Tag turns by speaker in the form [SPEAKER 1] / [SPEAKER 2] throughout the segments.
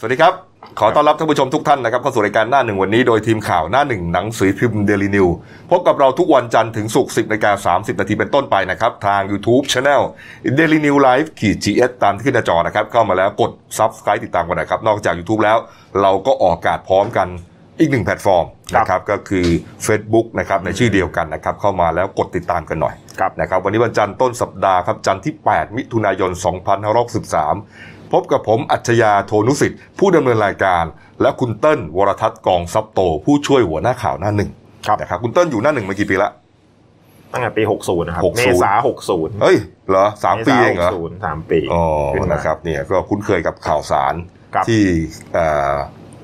[SPEAKER 1] สวัสดีครับ ขอต้อนรับท่านผู้ชมทุกท่านนะครับเข้าสู่รายการหน้าหนึ่งวันนี้โดยทีมข่าวหน้าหนึ่งหนังสือพิมพ์เดลินิวพบกับเราทุกวันจันทร์ถึงศุกร์10นาฬิกา30 นาทีเป็นต้นไปนะครับ ทาง YouTube Channel Daily New Life ขีด GS ตามที่ขึ้นหน้าจอนะครับ เข้ามาแล้วกด Subscribe ติดตามกันนะครับ นอกจาก YouTube แล้ว เราก็ออกอากาศพร้อมกันอีกหนึ่งแพลตฟอร์มนะครับก็คือ Facebook นะครับในชื่อเดียวกันนะครับเข้ามาแล้วกดติดตามกันหน่อย
[SPEAKER 2] ครับ
[SPEAKER 1] นะครับวันนี้วันจันทร์ต้นสัปดาห์ครับจันทร์ที่ 8 มิถุนายน 2563 พบกับผมอัจฉยาโทนุสิทธิ์ ผู้ดำเนินรายการ และคุณเติ้ลวรทัศน์กองซับโต ผู้ช่วยหัวหน้าข่าวหน้าหนึ่ง
[SPEAKER 2] ครับ
[SPEAKER 1] นะครับคุณเติ้ลอยู่หน้าหนึ่งมากี่ปีละ
[SPEAKER 2] ตั้งแต่ปี 60 นะครับ
[SPEAKER 1] 60
[SPEAKER 2] เมษา60
[SPEAKER 1] เฮ้ย เหรอสามปีเองเหรอ
[SPEAKER 2] สามปี
[SPEAKER 1] อ๋อ
[SPEAKER 2] ขึ้มา
[SPEAKER 1] นะครับเนี่ยก็คุ้นเคยกับข่าวสาร
[SPEAKER 2] ครับ
[SPEAKER 1] ที่เอ่อ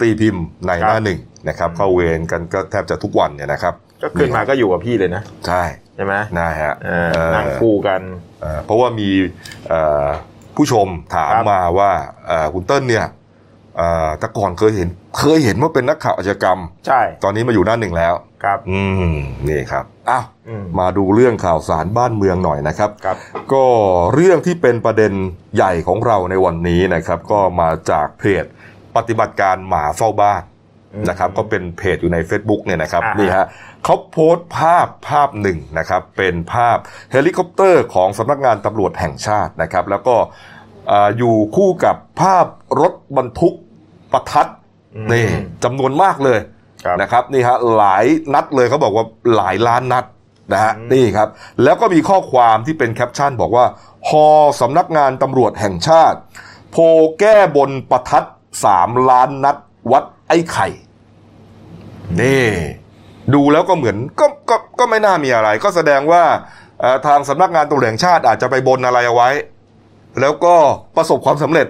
[SPEAKER 1] ตีพิมพ์ใน
[SPEAKER 2] ครับ
[SPEAKER 1] หน้าหนึ่งนะครับเข้าเวรกันก็แทบจะทุกวันเนี่ยนะครับ
[SPEAKER 2] ก็ขึ้นมาก็อยู่กับพี่เลยนะ
[SPEAKER 1] ใช่
[SPEAKER 2] ใช่ไหม
[SPEAKER 1] นะฮะ
[SPEAKER 2] เออ
[SPEAKER 1] เอ่อ
[SPEAKER 2] นั่งคู่กัน
[SPEAKER 1] เอ่อเพราะว่ามีเอ่อผู้ชมถาม
[SPEAKER 2] ครับ
[SPEAKER 1] มาว่าเอ่อคุณเติ้ลเนี่ยเอ่อแต่ก่อนเคยเห็นเคยเห็นว่าเป็นนักข่าวอาชญากรรม
[SPEAKER 2] ใช่
[SPEAKER 1] ตอนนี้มาอยู่หน้าหนึ่งแล้ว
[SPEAKER 2] ครับ
[SPEAKER 1] อืมนี่ครับอ้าว
[SPEAKER 2] อืม
[SPEAKER 1] มาดูเรื่องข่าวสารบ้านเมืองหน่อยนะครับ
[SPEAKER 2] ครับ
[SPEAKER 1] ก็เรื่องที่เป็นประเด็นใหญ่ของเราในวันนี้นะครับ ก็มาจากเพจปฏิบัติการหมาเฝ้าบ้าน
[SPEAKER 2] อืม
[SPEAKER 1] นะครับ ก็เป็นเพจอยู่ใน Facebook เนี่ยนะครับ
[SPEAKER 2] อ่าฮะ
[SPEAKER 1] นี่ฮะเขาโพสต์ภาพภาพหนึ่งนะครับ เป็นภาพเฮลิคอปเตอร์ของสำนักงานตำรวจแห่งชาตินะครับ แล้วก็อ่าอยู่คู่กับภาพรถบรรทุกประทัด
[SPEAKER 2] อืม
[SPEAKER 1] นี่จำนวนมากเลย
[SPEAKER 2] ครับ
[SPEAKER 1] นะครับนี่ฮะหลายนัดเลยเขาบอกว่าหลายล้านนัดนะฮะ
[SPEAKER 2] อืม
[SPEAKER 1] นี่ครับ แล้วก็มีข้อความที่เป็นแคปชั่นบอกว่าฮอสำนักงานตำรวจแห่งชาติ โพแก้บนประทัดสามล้านนัดวัดไอ้ไข่ นี่ ดูแล้วก็เหมือนก็ก็ก็ไม่น่ามีอะไร ก็แสดงว่าเอ่อทางสำนักงานตำรวจแห่งชาติอาจจะไปบนอะไรเอาไว้ แล้วก็ประสบความสำเร็จ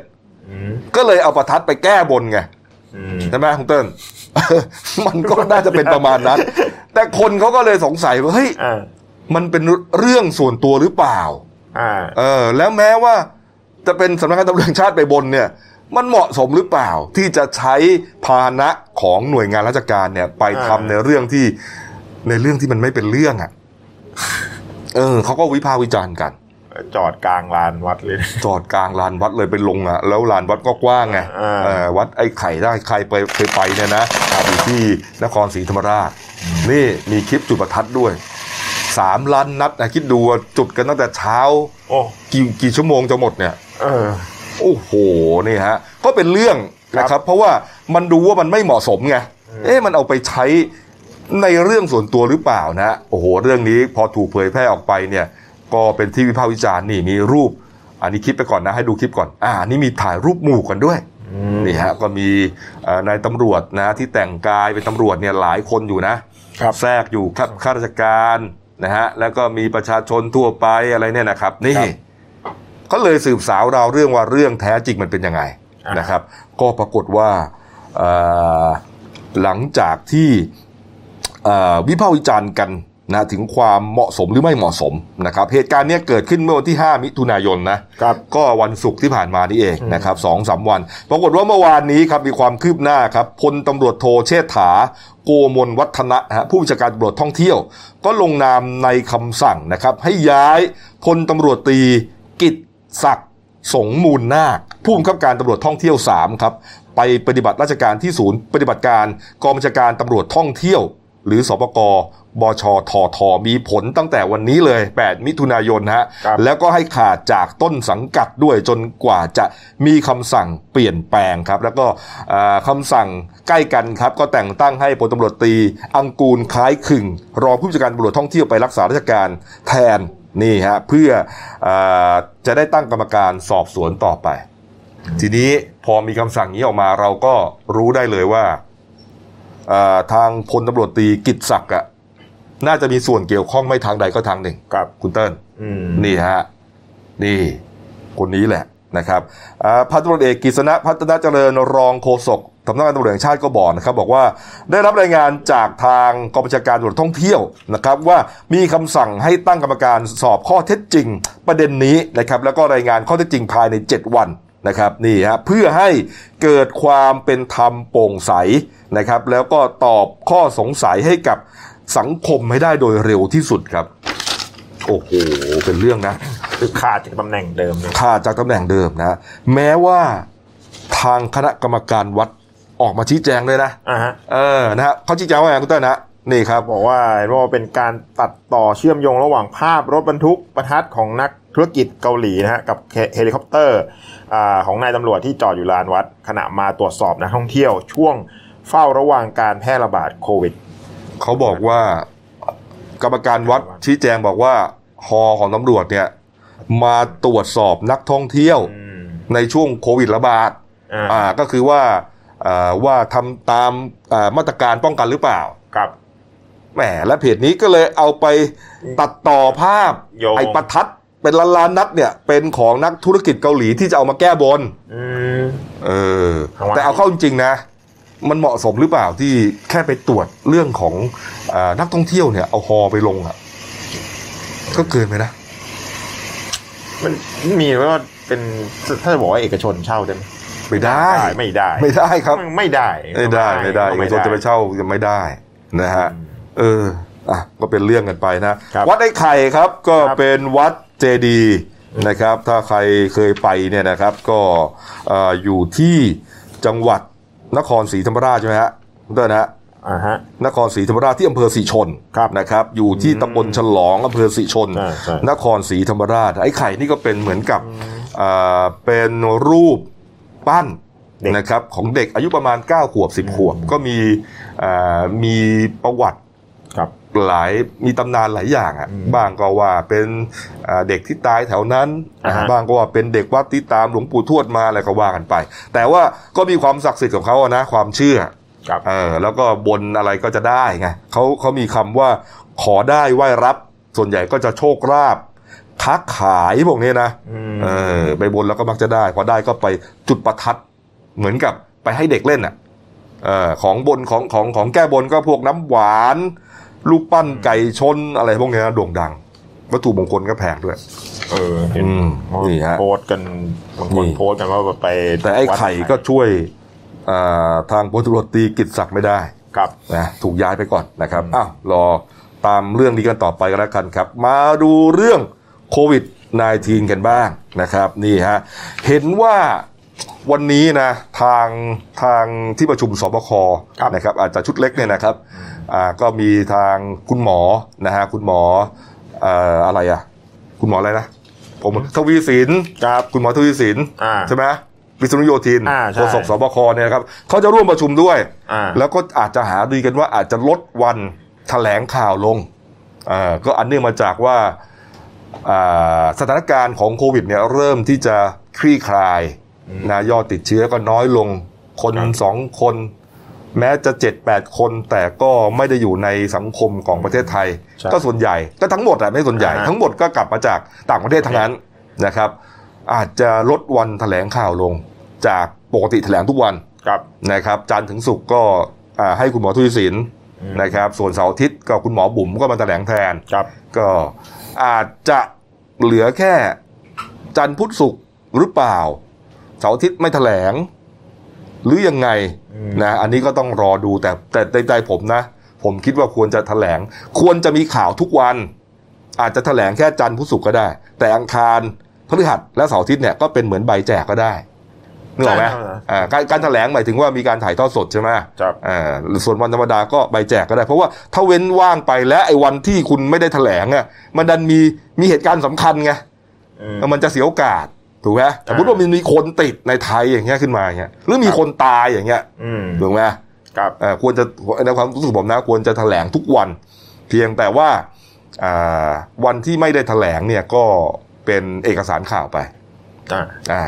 [SPEAKER 2] อืม
[SPEAKER 1] ก็เลยเอาประทัดไปแก้บนไง
[SPEAKER 2] อืม
[SPEAKER 1] ใช่ไหมคุณเติ้ ล มันก็น่าจะเป็นประมาณนั้น แต่คนเขาก็เลยสงสัยว่าเฮ้ย
[SPEAKER 2] อ่า
[SPEAKER 1] มันเป็นเรื่องส่วนตัวหรือเปล่า
[SPEAKER 2] อ่า
[SPEAKER 1] เออ แล้วแม้ว่าจะเป็นสำนักงานตำรวจแห่งชาติไปบนเนี่ย มันเหมาะสมหรือเปล่า ที่จะใช้พาหนะของหน่วยงานราชการเนี่ย ไปทำ
[SPEAKER 2] อ่า
[SPEAKER 1] ในเรื่องที่ในเรื่องที่มันไม่เป็นเรื่องอ่ะ เออเขาก็วิพากษ์วิจารณ์กัน
[SPEAKER 2] จอดกลางลานวัดเลย นะ
[SPEAKER 1] จอดกลางลานวัดเลยไปลงอ่ะแล้วลานวัดก็กว้างไง
[SPEAKER 2] อ่า
[SPEAKER 1] เออวัดไอ้ไข่ได้ใครไปเคยไปเนี่ยนะอยู่ที่นครศรีธรรมราช นี่มีคลิปจุดประทัดด้วยสามล้านนัดนะคิดดูว่าจุดกันตั้งแต่เช้า
[SPEAKER 2] โอ้
[SPEAKER 1] กี่กี่ชั่วโมงจะหมดเนี่ย
[SPEAKER 2] เออ
[SPEAKER 1] โอ้โหนี่ฮะก็เป็นเรื่องนะค
[SPEAKER 2] ครั
[SPEAKER 1] รับบ เพราะว่ามันดูว่ามันไม่เหมาะสมไง
[SPEAKER 2] อืม
[SPEAKER 1] เอ๊ะมันเอาไปใช้ในเรื่องส่วนตัวหรือเปล่านะโอ้โหเรื่องนี้พอถูกเผยแพร่ออกไปเนี่ยก็เป็นที่วิพากษ์วิจารณ์นี่มีรูป อันนี้คลิปไปก่อนนะให้ดูคลิปก่อนอ่านี่มีถ่ายรูปหมู่กันด้วย
[SPEAKER 2] อืม
[SPEAKER 1] นี่ฮะก็มีเอ่อนายตำรวจนะที่แต่งกายเป็นตำรวจเนี่ยหลายคนอยู่นะ
[SPEAKER 2] ครับ
[SPEAKER 1] แทรกอยู่ครับข้าราชการนะฮะแล้วก็มีประชาชนทั่วไปอะไรเนี่ยนะครับ นี่
[SPEAKER 2] ครับ
[SPEAKER 1] ก็เลยสืบสาวราวเรื่องว่าเรื่องแท้จริงมันเป็นยังไง
[SPEAKER 2] อ่าน
[SPEAKER 1] นะครับ ก็ปรากฏว่าเอ่อหลังจากที่เอ่อวิพากษ์วิจารณ์กันนะถึงความเหมาะสมหรือไม่เหมาะสมนะครับ เหตุการณ์เนี้ยเกิดขึ้นเมื่อวันที่ 5 มิถุนายนนะ
[SPEAKER 2] ครับ
[SPEAKER 1] ก็วันศุกร์ที่ผ่านมานี่เอง
[SPEAKER 2] อืม
[SPEAKER 1] นะครับสองสามวัน ปรากฏว่าเมื่อวานนี้ครับมีความคืบหน้าครับพลตำรวจโทเชษฐา โกมลวัฒนะฮะผู้บัญชาการตำรวจท่องเที่ยว ก็ลงนามในคำสั่งนะครับ ให้ย้ายพลตำรวจตรีกิตศักดิ์สงมูลนาคผู้บังคับการตำรวจท่องเที่ยว3ครับไปปฏิบัติราชการที่ศูนย์ปฏิบัติการกองบัญชาการตำรวจท่องเที่ยว หรือสปกบชททมีผลตั้งแต่วันนี้เลย 8 มิถุนายนฮะ
[SPEAKER 2] ครับ
[SPEAKER 1] แล้วก็ให้ขาดจากต้นสังกัดด้วยจนกว่าจะมีคำสั่งเปลี่ยนแปลงครับ แล้วก็เอ่อคำสั่งใกล้กันครับ ก็แต่งตั้งให้พลตำรวจตรีอังกูลคล้ายขึงรองผู้จัดการตำรวจท่องเที่ยวไปรักษาราชการแทนนี่ฮะเพื่อเออจะได้ตั้งกรรมการสอบสวนต่อไป ทีนี้พอมีคำสั่งนี้ออกมาเราก็รู้ได้เลยว่าเอ่อทางพลตำรวจตรีกิตศักดิ์อะน่าจะมีส่วนเกี่ยวข้องไม่ทางใดก็ทางหนึ่ง
[SPEAKER 2] ครับ
[SPEAKER 1] คุณเติ้ล
[SPEAKER 2] อืม
[SPEAKER 1] นี่ฮะ นี่ คนนี้แหละนะครับอ่าพันตำรวจเอกกฤษณะพัฒนาเจริญรองโฆษกสำนักงานตำรวจแห่งชาติก็บอกนะครับ บอกว่าได้รับรายงานจากทางกองบัญชาการตำรวจท่องเที่ยวนะครับ ว่ามีคำสั่งให้ตั้งกรรมการสอบข้อเท็จจริง ประเด็นนี้นะครับ แล้วก็รายงานข้อเท็จจริงภายใน 7 วันนะครับนี่ฮะเพื่อให้เกิดความเป็นธรรมโปร่งใสนะครับ แล้วก็ตอบข้อสงสัยให้กับสังคมให้ได้โดยเร็วที่สุดครับ โอ้โหเป็นเรื่องนะ
[SPEAKER 2] คือขาดจากตำแหน่งเดิมเลย
[SPEAKER 1] ขาดจากตำแหน่งเดิมนะ แม้ว่า ทางคณะกรรมการวัดออกมาชี้แจงเลยนะ
[SPEAKER 2] อ่าฮะ
[SPEAKER 1] เออนะฮะเขาชี้แจงว่าไงคุณเต้ยนะ นี่ครับ
[SPEAKER 2] บอกว่าเห็นว่าเป็นการตัดต่อเชื่อมโยงระหว่างภาพรถบรรทุกประทัดของนักธุรกิจเกาหลีนะฮะกับเฮลิคอปเตอร์อาของนายตำรวจที่จอดอยู่ลานวัด ขณะมาตรวจสอบนักท่องเที่ยว ช่วงเฝ้าระวังการแพร่ระบาดโควิด
[SPEAKER 1] เขาบอกว่า กรรมการวัดชี้แจงบอกว่าฮอของตำรวจเนี่ย มาตรวจสอบนักท่องเที่ยว
[SPEAKER 2] อืม
[SPEAKER 1] ในช่วงโควิดระบาด
[SPEAKER 2] อ่า
[SPEAKER 1] อ่าก็คือว่าอ่าว่าทำตามอ่ามาตรการป้องกันหรือเปล่า
[SPEAKER 2] กับ
[SPEAKER 1] แหมและเพจนี้ก็เลยเอาไปตัดต่อภาพ
[SPEAKER 2] โยง
[SPEAKER 1] ไอ้ประทัดเป็นล้านล้านๆนัดเนี่ย เป็นของนักธุรกิจเกาหลีที่จะเอามาแก้บน
[SPEAKER 2] อืม
[SPEAKER 1] เออ
[SPEAKER 2] เอาไว้
[SPEAKER 1] แต่เอาเข้าจริงๆนะ มันเหมาะสมหรือเปล่าที่แค่ไปตรวจเรื่องของอานักท่องเที่ยวเนี่ย เอาฮอไปลงอะ่ะ ก็เกินไปนะ
[SPEAKER 2] มันมีไหมว่าเป็นถ้าจะบอกว่าเอกชนเช่าได้ไหม
[SPEAKER 1] ไม่ได้
[SPEAKER 2] ไม่ได้
[SPEAKER 1] ไม่ได้ครับ
[SPEAKER 2] ไม่ได้
[SPEAKER 1] ไม่ได้ไม่ได้เอกชนจะไป
[SPEAKER 2] ม่
[SPEAKER 1] เช่าจะไม่ได้นะฮะ เออ อ่ะ ก็เป็นเรื่องกันไปนะ
[SPEAKER 2] ครับ
[SPEAKER 1] วัดไอ้ไข่ครับ ก็
[SPEAKER 2] ครับ
[SPEAKER 1] เป็นวัดเจดีย์นะครับ ถ้าใครเคยไปเนี่ยนะครับ ก็เอ่ออยู่ที่จังหวัดนครศรีธรรมราชใช่ไหมฮะด้วยนะฮะ
[SPEAKER 2] าฮะ
[SPEAKER 1] นครศรีธรรมราชที่อำเภอสีชน
[SPEAKER 2] ครับ
[SPEAKER 1] นะครับ อยู่ที่
[SPEAKER 2] อืม
[SPEAKER 1] ตำบลฉลองอำเภอสีชน
[SPEAKER 2] ใช่ใช่
[SPEAKER 1] นครศรีธรรมราช ไอ้ไข่นี่ก็เป็นเหมือนกับอ่าเป็นรูปปั้นนะครับของเด็กอายุประมาณ 9 ขวบ 10 ขวบ ก็มีอ่ามีประวัติ
[SPEAKER 2] ครับ
[SPEAKER 1] หลายมีตำนานหลายอย่างอ่ะ
[SPEAKER 2] อืม
[SPEAKER 1] บางก็ว่าเป็นอ่าเด็กที่ตายแถวนั้น
[SPEAKER 2] อ่าฮะ
[SPEAKER 1] บางก็ว่าเป็นเด็กวัดที่ตามหลวงปู่ทวดมาอะไรก็ว่ากันไป แต่ว่าก็มีความศักดิ์สิทธิ์ของเขาอะนะความเชื่อ
[SPEAKER 2] ครับ
[SPEAKER 1] เออแล้วก็บนอะไรก็จะได้ไงเขาเขามีคำว่าขอได้ไหวรับ ส่วนใหญ่ก็จะโชคลาภค้าขายพวกนี้นะ
[SPEAKER 2] อืม
[SPEAKER 1] เออไปบนแล้วก็มักจะได้ พอได้ก็ไปจุดประทัด เหมือนกับไปให้เด็กเล่นอ่ะเออของบนของของของแก้บนก็พวกน้ำหวาน ลูกปั้นไก่ชนอะไรพวกนี้นะโด่งดัง วัตถุมงคลก็แพงด้วย
[SPEAKER 2] เออเห็น
[SPEAKER 1] อืมนี่ฮะ
[SPEAKER 2] โพสต์กันบางคน
[SPEAKER 1] นี่
[SPEAKER 2] โพสต์กันว่าไป
[SPEAKER 1] แต่ไอ้ไข่ก็ช่วยอ่าทางพลตุรวจตรีกิจศักดิ์ไม่ได้
[SPEAKER 2] ครับ
[SPEAKER 1] นะถูกย้ายไปก่อนนะครับ
[SPEAKER 2] อืม
[SPEAKER 1] อ้าวรอตามเรื่องนี้กันต่อไปกันแล้วกันครับ มาดูเรื่องโควิด -19 กันบ้างนะครับนี่ฮะเห็นว่าวันนี้นะทางทางที่ประชุมสบคนะครับอาจจะชุดเล็กเนี่ยนะครับอ่าก็มีทางคุณหมอนะฮะคุณหมอเอ่ออะไรอ่ะคุณหมออะไรนะผมทวีสิน
[SPEAKER 2] ครับ
[SPEAKER 1] คุณหมอทวีสิน
[SPEAKER 2] อ่า
[SPEAKER 1] ใช่ไหมวิษณุโยธิน
[SPEAKER 2] อ่า
[SPEAKER 1] โฆ
[SPEAKER 2] ใช่
[SPEAKER 1] ษกสบคเนี่ยนะครับเขาจะร่วมประชุมด้วย
[SPEAKER 2] อ่า
[SPEAKER 1] แล้วก็อาจจะหาดีกันว่าอาจจะลดวันแถลงข่าวลงเอ่อก็อันเนื่องมาจากว่าอ่าสถานการณ์ของโควิดเนี่ยเริ่มที่จะคลี่คลาย
[SPEAKER 2] อืม
[SPEAKER 1] นะยอดติดเชื้อก็น้อยลง คน
[SPEAKER 2] ครับ
[SPEAKER 1] สองคน แม้จะเจ็ดแปดคน แต่ก็ไม่ได้อยู่ในสังคมของประเทศไทย
[SPEAKER 2] ใช่
[SPEAKER 1] ก็ส่วนใหญ่ก็ทั้งหมดอะไม่ส่วนใหญ่
[SPEAKER 2] อ่าฮะ
[SPEAKER 1] ทั้งหมดก็กลับมาจากต่างประเทศทั้งนั้นนะครับ อาจจะลดวันแถลงข่าวลง จากปกติแถลงทุกวัน
[SPEAKER 2] ครับ
[SPEAKER 1] นะครับจันทร์ถึงศุกร์ก็อ่าให้คุณหมอทุยศิลป์
[SPEAKER 2] อืม
[SPEAKER 1] นะครับ ส่วนเสาร์อาทิตย์ก็คุณหมอบุ๋มก็มาแถลงแทน
[SPEAKER 2] ครับ
[SPEAKER 1] ก็อาจจะเหลือแค่จันทร์พุธศุกร์หรือเปล่า เสาร์อาทิตย์ไม่แถลง หรือยังไง
[SPEAKER 2] อืม
[SPEAKER 1] นะอันนี้ก็ต้องรอดูแต่แต่ในใจผมนะ ผมคิดว่าควรจะแถลง ควรจะมีข่าวทุกวัน อาจจะแถลงแค่จันทร์พุธศุกร์ก็ได้ แต่อังคารพฤหัสและเสาร์อาทิตย์เนี่ยก็เป็นเหมือนใบแจกก็ได้นึกออกไหมอ่าการการแถลงหมายถึงว่ามีการถ่ายทอดสดใช่ไหม
[SPEAKER 2] ครับ
[SPEAKER 1] อ่าส่วนวันธรรมดาก็ใบแจกก็ได้ เพราะว่าถ้าเว้นว่างไปและไอ้วันที่คุณไม่ได้แถลงอ่ะมันดันมีมีเหตุการณ์สำคัญไง
[SPEAKER 2] อืม
[SPEAKER 1] มันจะเสียโอกาสถูกไหมสมมติว่ามันมีคนติดในไทยอย่างเงี้ยขึ้นมาอย่างเงี้ยหรือมี
[SPEAKER 2] ครับ
[SPEAKER 1] คนตายอย่างเงี้ย
[SPEAKER 2] อืม
[SPEAKER 1] ถูกไหม
[SPEAKER 2] ครับ
[SPEAKER 1] เอ่อควรจะในความรู้สึกผมนะควรจะแถลงทุกวัน เพียงแต่ว่าอ่าวันที่ไม่ได้แถลงเนี่ยก็เป็นเอกสารข่าวไป
[SPEAKER 2] อ่า
[SPEAKER 1] อ่า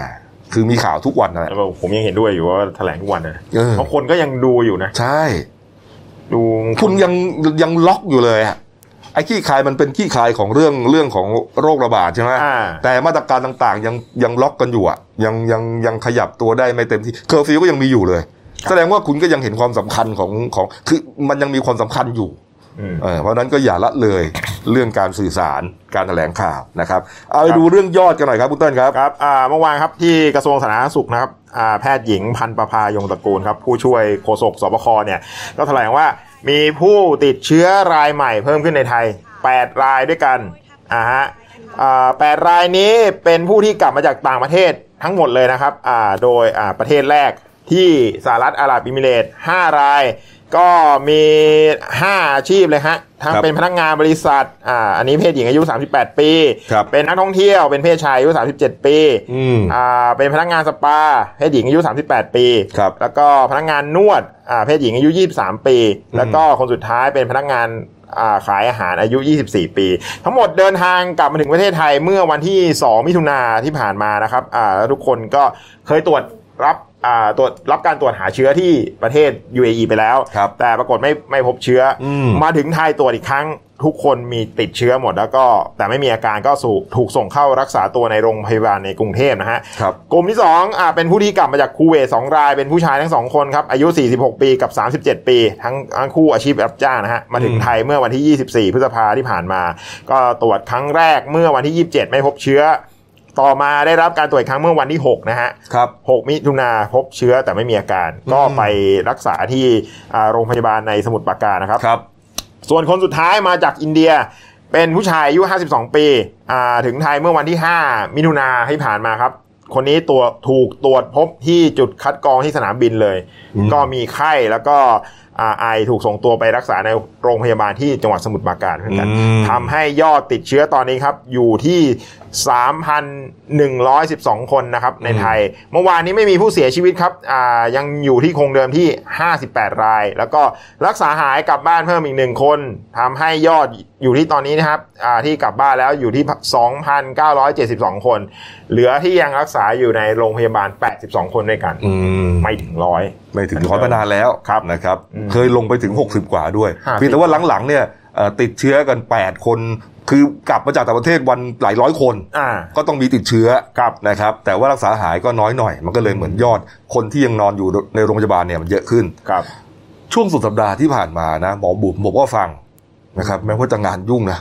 [SPEAKER 1] คือมีข่าวทุกวันนั่นแหละ
[SPEAKER 2] แล้วผมยังเห็นด้วยอยู่ว่าแถลงทุกวันนะ
[SPEAKER 1] เออ
[SPEAKER 2] เพราะคนก็ยังดูอยู่นะ
[SPEAKER 1] ใช่
[SPEAKER 2] ดู
[SPEAKER 1] คุณยังยังล็อกอยู่เลยอะไอ้ขี้คายมันเป็นขี้คายของเรื่องเรื่องของโรคระบาดใช่ไหม
[SPEAKER 2] อ่า
[SPEAKER 1] แต่มาตรการต่างๆยังยังล็อกกันอยู่อะยังยังยังขยับตัวได้ไม่เต็มที่เคอร์ฟิวก็ยังมีอยู่เลย
[SPEAKER 2] ครับ
[SPEAKER 1] แสดงว่าคุณก็ยังเห็นความสำคัญของของคือมันยังมีความสำคัญอยู่
[SPEAKER 2] อืม
[SPEAKER 1] เออเพราะฉะนั้นก็อย่าละเลยเรื่องการสื่อสารการแถลงข่าวนะครับ เอาไป
[SPEAKER 2] ครับ
[SPEAKER 1] ดูเรื่องยอดกันหน่อยครับคุณเต้นครับ
[SPEAKER 2] ครับอ่าเมื่อวานครับที่กระทรวงสาธารณสุขนะครับอ่าแพทย์หญิงพันประภายงตระกูลครับผู้ช่วยโฆษกสบคเนี่ยก็แถลงว่ามีผู้ติดเชื้อรายใหม่เพิ่มขึ้นในไทย 8 รายด้วยกันอ่าฮะอ่าแปดรายนี้เป็นผู้ที่กลับมาจากต่างประเทศ ทั้งหมดเลยนะครับอ่าโดยอ่าประเทศแรกที่สหรัฐอาหรับอิมิเรตส์5ราย ก็มี 5 อาชีพเลยฮะ ทั้ง
[SPEAKER 1] ครับ
[SPEAKER 2] เป็นพนักงานบริษัทอ่าอันนี้เพศหญิงอายุ 38 ปี
[SPEAKER 1] ครับ
[SPEAKER 2] เป็นนักท่องเที่ยวเป็นเพศชายอายุ 37 ปี
[SPEAKER 1] อืม
[SPEAKER 2] อ่าเป็นพนักงานสปาเพศหญิงอายุ 38 ปี
[SPEAKER 1] ครับ
[SPEAKER 2] แล้วก็พนักงานนวดอ่าเพศหญิงอายุ 23 ปี
[SPEAKER 1] อืม
[SPEAKER 2] แล้วก็คนสุดท้ายเป็นพนักงานอ่าขายอาหารอายุ 24 ปี ทั้งหมดเดินทางกลับมาถึงประเทศไทยเมื่อวันที่ 2 มิถุนาที่ผ่านมานะครับอ่าแล้วทุกคนก็เคยตรวจรับอ่าตรวจรับการตรวจหาเชื้อที่ประเทศ UAE ไปแล้ว
[SPEAKER 1] ครับ
[SPEAKER 2] แต่ปรากฏไม่ไม่พบเชื้ออ
[SPEAKER 1] ม
[SPEAKER 2] มาถึงไทยตรวจอีกครั้ง ทุกคนมีติดเชื้อหมดแล้วก็ แต่ไม่มีอาการก็สู่ถูกส่งเข้ารักษาตัวในโรงพยาบาลในกรุงเทพนะฮะ
[SPEAKER 1] ครับ
[SPEAKER 2] กลุ่มที่2อ่าเป็นผู้ที่กลับมาจากคูเวตสองราย เป็นผู้ชายทั้งสองคนครับ อายุ 46 ปีกับ 37 ปี ทั้งทั้งคู่อาชีพรับจ้างนะฮะ มาถึง
[SPEAKER 1] อืม
[SPEAKER 2] ไทยเมื่อวันที่ 24 พฤษภาที่ผ่านมา ก็ตรวจครั้งแรกเมื่อวันที่ 27 ไม่พบเชื้อ ต่อมาได้รับการตรวจอีกครั้งเมื่อวันที่ 6 นะฮะ
[SPEAKER 1] ครับ
[SPEAKER 2] 6 มิถุนาพบเชื้อแต่ไม่มีอาการ ก็ไปรักษาที่อ่าโรงพยาบาลในสมุทรปราการนะครับ
[SPEAKER 1] ครับ
[SPEAKER 2] ส่วนคนสุดท้ายมาจากอินเดียเป็นผู้ชายอายุ 52 ปีอ่าถึงไทยเมื่อวันที่ 5 มิถุนาที่ผ่านมาครับ คนนี้ตัวถูกตรวจพบที่จุดคัดกรองที่สนามบินเลย
[SPEAKER 1] อืม
[SPEAKER 2] ก็มีไข้แล้วก็อ่าไอถูกส่งตัวไปรักษาในโรงพยาบาลที่จังหวัดสมุทรปราการเหมือนกัน ทำให้ยอดติดเชื้อตอนนี้ครับ อยู่ที่ 3,112 คนนะครับ ในไทย เมื่อวานนี้ไม่มีผู้เสียชีวิตครับอ่ายังอยู่ที่คงเดิมที่ 58 ราย แล้วก็รักษาหายกลับบ้านเพิ่มอีกหนึ่งคนทำให้ยอดอยู่ที่ตอนนี้นะครับอ่าที่กลับบ้านแล้วอยู่ที่ 2,972 คน เหลือที่ยังรักษาอยู่ในโรงพยาบาล 82 คนด้วยกัน
[SPEAKER 1] อืม
[SPEAKER 2] ไม่ถึงร้อย
[SPEAKER 1] ไม่ถึงร้อยมานานแล้ว
[SPEAKER 2] ครับ
[SPEAKER 1] นะครับ
[SPEAKER 2] อืม
[SPEAKER 1] เคยลงไปถึง 60 กว่าด้วย
[SPEAKER 2] 50
[SPEAKER 1] เพียงแต่ว่าหลังๆเนี่ยเอ่อติดเชื้อกัน 8 คน คือกลับมาจากต่างประเทศวันหลายร้อยคน
[SPEAKER 2] อ่า
[SPEAKER 1] ก็ต้องมีติดเชื้อ
[SPEAKER 2] ครับ
[SPEAKER 1] นะครับ แต่ว่ารักษาหายก็น้อยหน่อย มันก็เลยเหมือนยอด คนที่ยังนอนอยู่ในโรงพยาบาลเนี่ยมันเยอะขึ้น
[SPEAKER 2] ครับ
[SPEAKER 1] ช่วงสุดสัปดาห์ที่ผ่านมานะหมอบุ๋มบอกว่าฟังนะครับ แม้ว่าจะงานยุ่งนะ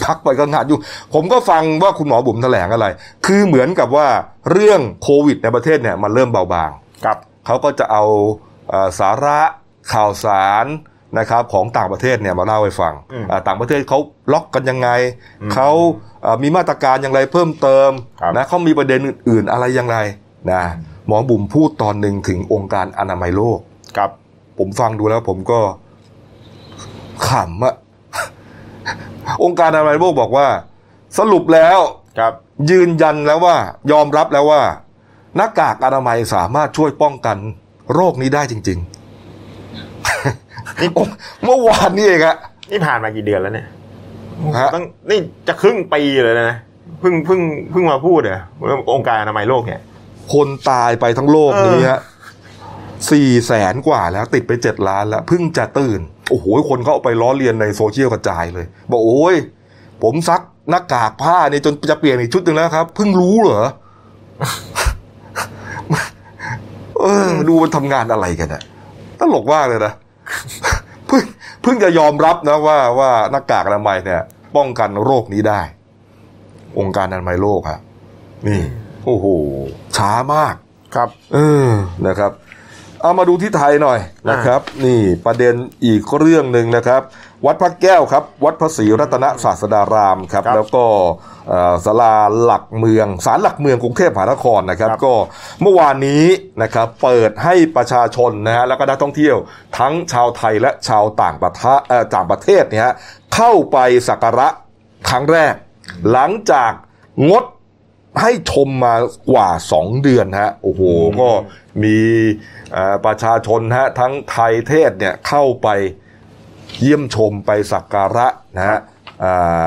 [SPEAKER 1] พักไปก็งานยุ่ง ผมก็ฟังว่าคุณหมอบุ๋มแถลงอะไร คือเหมือนกับว่าเรื่องโควิดในประเทศเนี่ยมันเริ่มเบาบาง
[SPEAKER 2] ครับ
[SPEAKER 1] เขาก็จะเอาเอ่อสาระข่าวสารนะครับของต่างประเทศเนี่ยมาเล่าให้ฟัง
[SPEAKER 2] อืม
[SPEAKER 1] อ่าต่างประเทศเขาล็อกกันยังไง
[SPEAKER 2] อืม
[SPEAKER 1] เขาเอ่อมีมาตรการอย่างไรเพิ่มเติม
[SPEAKER 2] ครับ
[SPEAKER 1] นะเขามีประเด็นอื่นๆอะไรอย่างไรนะหมอบุ๋มพูดตอนหนึ่งถึงองค์การอนามัยโลก
[SPEAKER 2] ครับ
[SPEAKER 1] ผมฟังดูแล้วผมก็ขำอะ องค์การอนามัยโลกบอกว่า สรุปแล้ว
[SPEAKER 2] ครับ
[SPEAKER 1] ยืนยันแล้วว่ายอมรับแล้วว่า หน้ากากอนามัยสามารถช่วยป้องกันโรคนี้ได้จริงๆ
[SPEAKER 2] นี่
[SPEAKER 1] โอ้เมื่อวานนี่เองอะ
[SPEAKER 2] นี่ผ่านมากี่เดือนแล้วเนี่ย
[SPEAKER 1] ฮะ
[SPEAKER 2] ตั้งนี่จะครึ่งปีเลยนะเพิ่งเพิ่งเพิ่งมาพูดเหรอเรื่ององค์การอนามัยโลกเนี่ย
[SPEAKER 1] คนตายไปทั้งโลกนี้
[SPEAKER 2] เออ
[SPEAKER 1] ฮะสี่แสนกว่าแล้วติดไปเจ็ดล้านแล้วเพิ่งจะตื่น โอ้โห คนเขาเอาไปล้อเลียนในโซเชียลกระจายเลย บอกโอ้ย ผมซักหน้ากากผ้าเนี่ยจนจะเปลี่ยนอีกชุดหนึ่งแล้วครับ เพิ่งรู้เหร อ เออ ดูมันทำงานอะไรกันอะตลกมากเลยนะ เพิ่งเพิ่งจะยอมรับนะว่าว่าหน้ากากอนามัยเนี่ย ป้องกันโรคนี้ได้ องค์การอนามัยโลกฮะนี่ โอ้โห ช้ามาก
[SPEAKER 2] ครับ
[SPEAKER 1] เออ นะครับ เอามาดูที่ไทยหน่อยนะครับ นี่ประเด็นอีกเรื่องหนึ่งนะครับ วัดพระแก้วครับ วัดพระศรีรัตนศาสดารามครับ
[SPEAKER 2] ครับ
[SPEAKER 1] แล้วก็เอ่อศาลาหลักเมืองศาลหลักเมืองกรุงเทพมหานครนะครับ
[SPEAKER 2] ครับ
[SPEAKER 1] ก็เมื่อวานนี้นะครับ เปิดให้ประชาชนนะฮะแล้วก็นักท่องเที่ยว ทั้งชาวไทยและชาวต่างประเทศต่างประเทศเนี่ยฮะเข้าไปสักการะครั้งแรก หลังจากงดให้ชมมากว่า 2 เดือนฮะโอ้โหก็มีเอ่อประชาชนฮะทั้งไทยเทศเนี่ยเข้าไป เยี่ยมชมไปสักการะนะฮะอ่า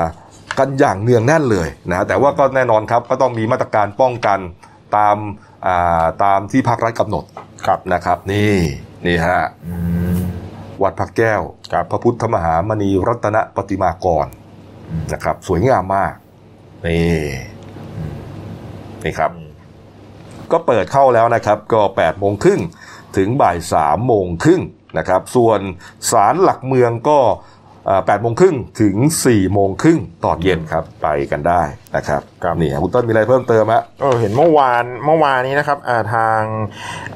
[SPEAKER 1] กันอย่างเนืองแน่นเลยนะแต่ว่าก็แน่นอนครับก็ต้องมีมาตรการป้องกันตามอ่าตามที่ภาครัฐกำหนด
[SPEAKER 2] ครับ
[SPEAKER 1] นะครับ นี่นี่ฮะ
[SPEAKER 2] อืม
[SPEAKER 1] วัดพระแก้ว
[SPEAKER 2] ครับ
[SPEAKER 1] พระพุทธมหามณีรัตนปฏิมากรนะครับ สวยงามมากนี่นี่ครับ ก็เปิดเข้าแล้วนะครับก็8โมงครึ่งถึงบ่าย3โมงครึ่งนะครับ ส่วนศาลหลักเมืองก็8โมงครึ่งถึง4โมงครึ่งตอนเย็นครับไปกันได้นะครับ
[SPEAKER 2] ครับ
[SPEAKER 1] นี่คุณต้นมีอะไรเพิ่มเติมฮะ
[SPEAKER 2] เออเห็นเมื่อวานเมื่อวานนี้นะครับอ่าทาง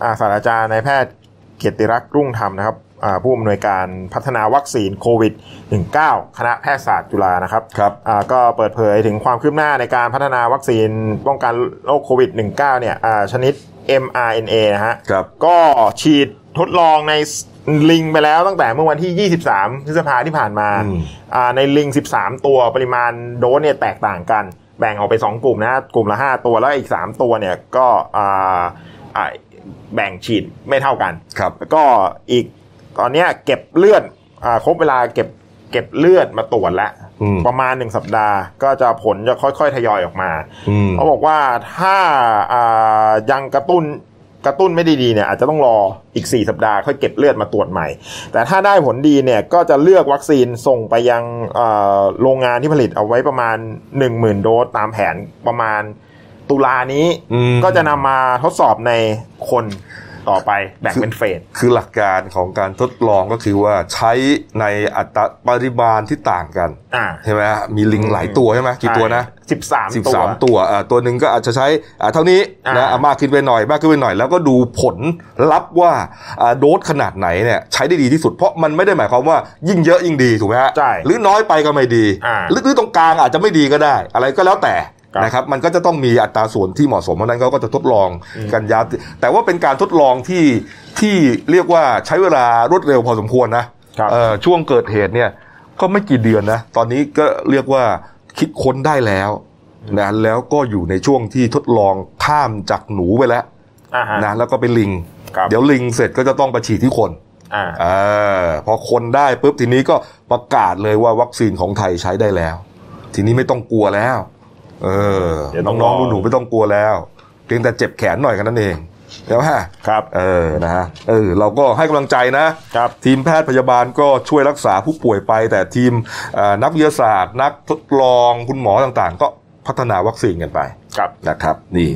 [SPEAKER 2] อ่าศาสตราจารย์นายแพทย์เกียรติรักษ์รุ่งธรรมนะครับ อ่าผู้อำนวยการพัฒนาวัคซีนโควิด -19 คณะแพทยศาสตร์จุฬานะครับ
[SPEAKER 1] ครับ
[SPEAKER 2] อ่าก็เปิดเผยถึงความคืบหน้าในการพัฒนาวัคซีนป้องกันโรคโควิด -19 เนี่ยอ่าชนิด mRNA นะฮะ
[SPEAKER 1] ครับ
[SPEAKER 2] ก็ฉีดทดลองในลิงไปแล้วตั้งแต่เมื่อวันที่ 23 พฤษภาที่ผ่านมา
[SPEAKER 1] อืม
[SPEAKER 2] อ่าในลิง 13 ตัวปริมาณโดสเนี่ยแตกต่างกัน แบ่งออกไป 2 กลุ่มนะฮะกลุ่มละ 5 ตัวแล้วอีก 3 ตัวเนี่ยก็อ่าอ่าแบ่งฉีดไม่เท่ากัน
[SPEAKER 1] ครับ
[SPEAKER 2] แล้วก็อีกตอนเนี้ยเก็บเลือดอ่าครบเวลาเก็บเก็บเลือดมาตรวจแล้ว
[SPEAKER 1] อืม
[SPEAKER 2] ประมาณหนึ่งสัปดาห์ ก็จะผลจะค่อยๆ ทยอยออกมา
[SPEAKER 1] อืม
[SPEAKER 2] เขาบอกว่าถ้าอ่ายังกระตุ้นกระตุ้นไม่ดีๆเนี่ยอาจจะต้องรออีก 4 สัปดาห์ค่อยเก็บเลือดมาตรวจใหม่ แต่ถ้าได้ผลดีเนี่ยก็จะเลือกวัคซีนส่งไปยังอ่าโรงงานที่ผลิตเอาไว้ประมาณ 10,000 โดสตามแผนประมาณตุลานี้
[SPEAKER 1] อืม
[SPEAKER 2] ก็จะนำมาทดสอบในคนต่อไปแบ่งเป็นเฟส
[SPEAKER 1] คือหลักการของการทดลองก็คือว่าใช้ในอัตราปริมาณที่ต่างกัน
[SPEAKER 2] อ่า
[SPEAKER 1] ใช่ไหมฮะมีลิงหลายตัวใช่ไหมกี่ตัวนะ
[SPEAKER 2] สิบสาม
[SPEAKER 1] สิบ
[SPEAKER 2] ตัว
[SPEAKER 1] สามตัวอ่าตัวหนึ่งก็อาจจะใช้อ่าเท่านี้นะ
[SPEAKER 2] อ่า
[SPEAKER 1] อ่ามากขึ้นไปหน่อยมากขึ้นไปหน่อย แล้วก็ดูผลลัพธ์ว่าอ่าโดสขนาดไหนเนี่ยใช้ได้ดีที่สุดเพราะมันไม่ได้หมายความว่ายิ่งเยอะยิ่งดีถูกไหมฮะ
[SPEAKER 2] ใช่
[SPEAKER 1] หรือน้อยไปก็ไม่ดี
[SPEAKER 2] อ่า
[SPEAKER 1] หรือหรือตรงกลางอาจจะไม่ดีก็ได้ อะไรก็แล้วแต่
[SPEAKER 2] ครับ
[SPEAKER 1] นะครับมันก็จะต้องมีอัตราส่วนที่เหมาะสมเพราะฉะนั้นเขาก็จะทดลองกันยาวแต่ว่าเป็นการทดลองที่ที่เรียกว่าใช้เวลารวดเร็วพอสมควรนะ
[SPEAKER 2] ครับ
[SPEAKER 1] เอ่อช่วงเกิดเหตุเนี่ยก็ไม่กี่เดือนนะ ตอนนี้ก็เรียกว่าคิดค้นได้แล้วนะแล้วก็อยู่ในช่วงที่ทดลองข้ามจากหนูไปแล้ว
[SPEAKER 2] อ่าฮะ
[SPEAKER 1] นะแล้วก็เป็นลิง
[SPEAKER 2] ครับ
[SPEAKER 1] เดี๋ยวลิงเสร็จก็จะต้องไปฉีดที่คน
[SPEAKER 2] อ่า
[SPEAKER 1] เออพอคนได้ปุ๊บทีนี้ก็ประกาศเลยว่าวัคซีนของไทยใช้ได้แล้ว ทีนี้ไม่ต้องกลัวแล้วเออ
[SPEAKER 2] เดี๋ยวต้
[SPEAKER 1] น้อ
[SPEAKER 2] อ
[SPEAKER 1] ง ง
[SPEAKER 2] รอ
[SPEAKER 1] ๆหนูๆไม่ต้องกลัวแล้วเพียงแต่เจ็บแขนหน่อยกันนั่นเองเดี๋ยวฮะ
[SPEAKER 2] ครับ
[SPEAKER 1] เออ นะฮะ เออ เราก็ให้กำลังใจนะ
[SPEAKER 2] ครับ
[SPEAKER 1] ทีมแพทย์พยาบาลก็ช่วยรักษาผู้ป่วยไป แต่ทีมเอ่อนักวิทยาศาสตร์ นักทดลองคุณหมอต่างๆ ก็พัฒนาวัคซีนกันไป
[SPEAKER 2] ครับ
[SPEAKER 1] นะครับ นี่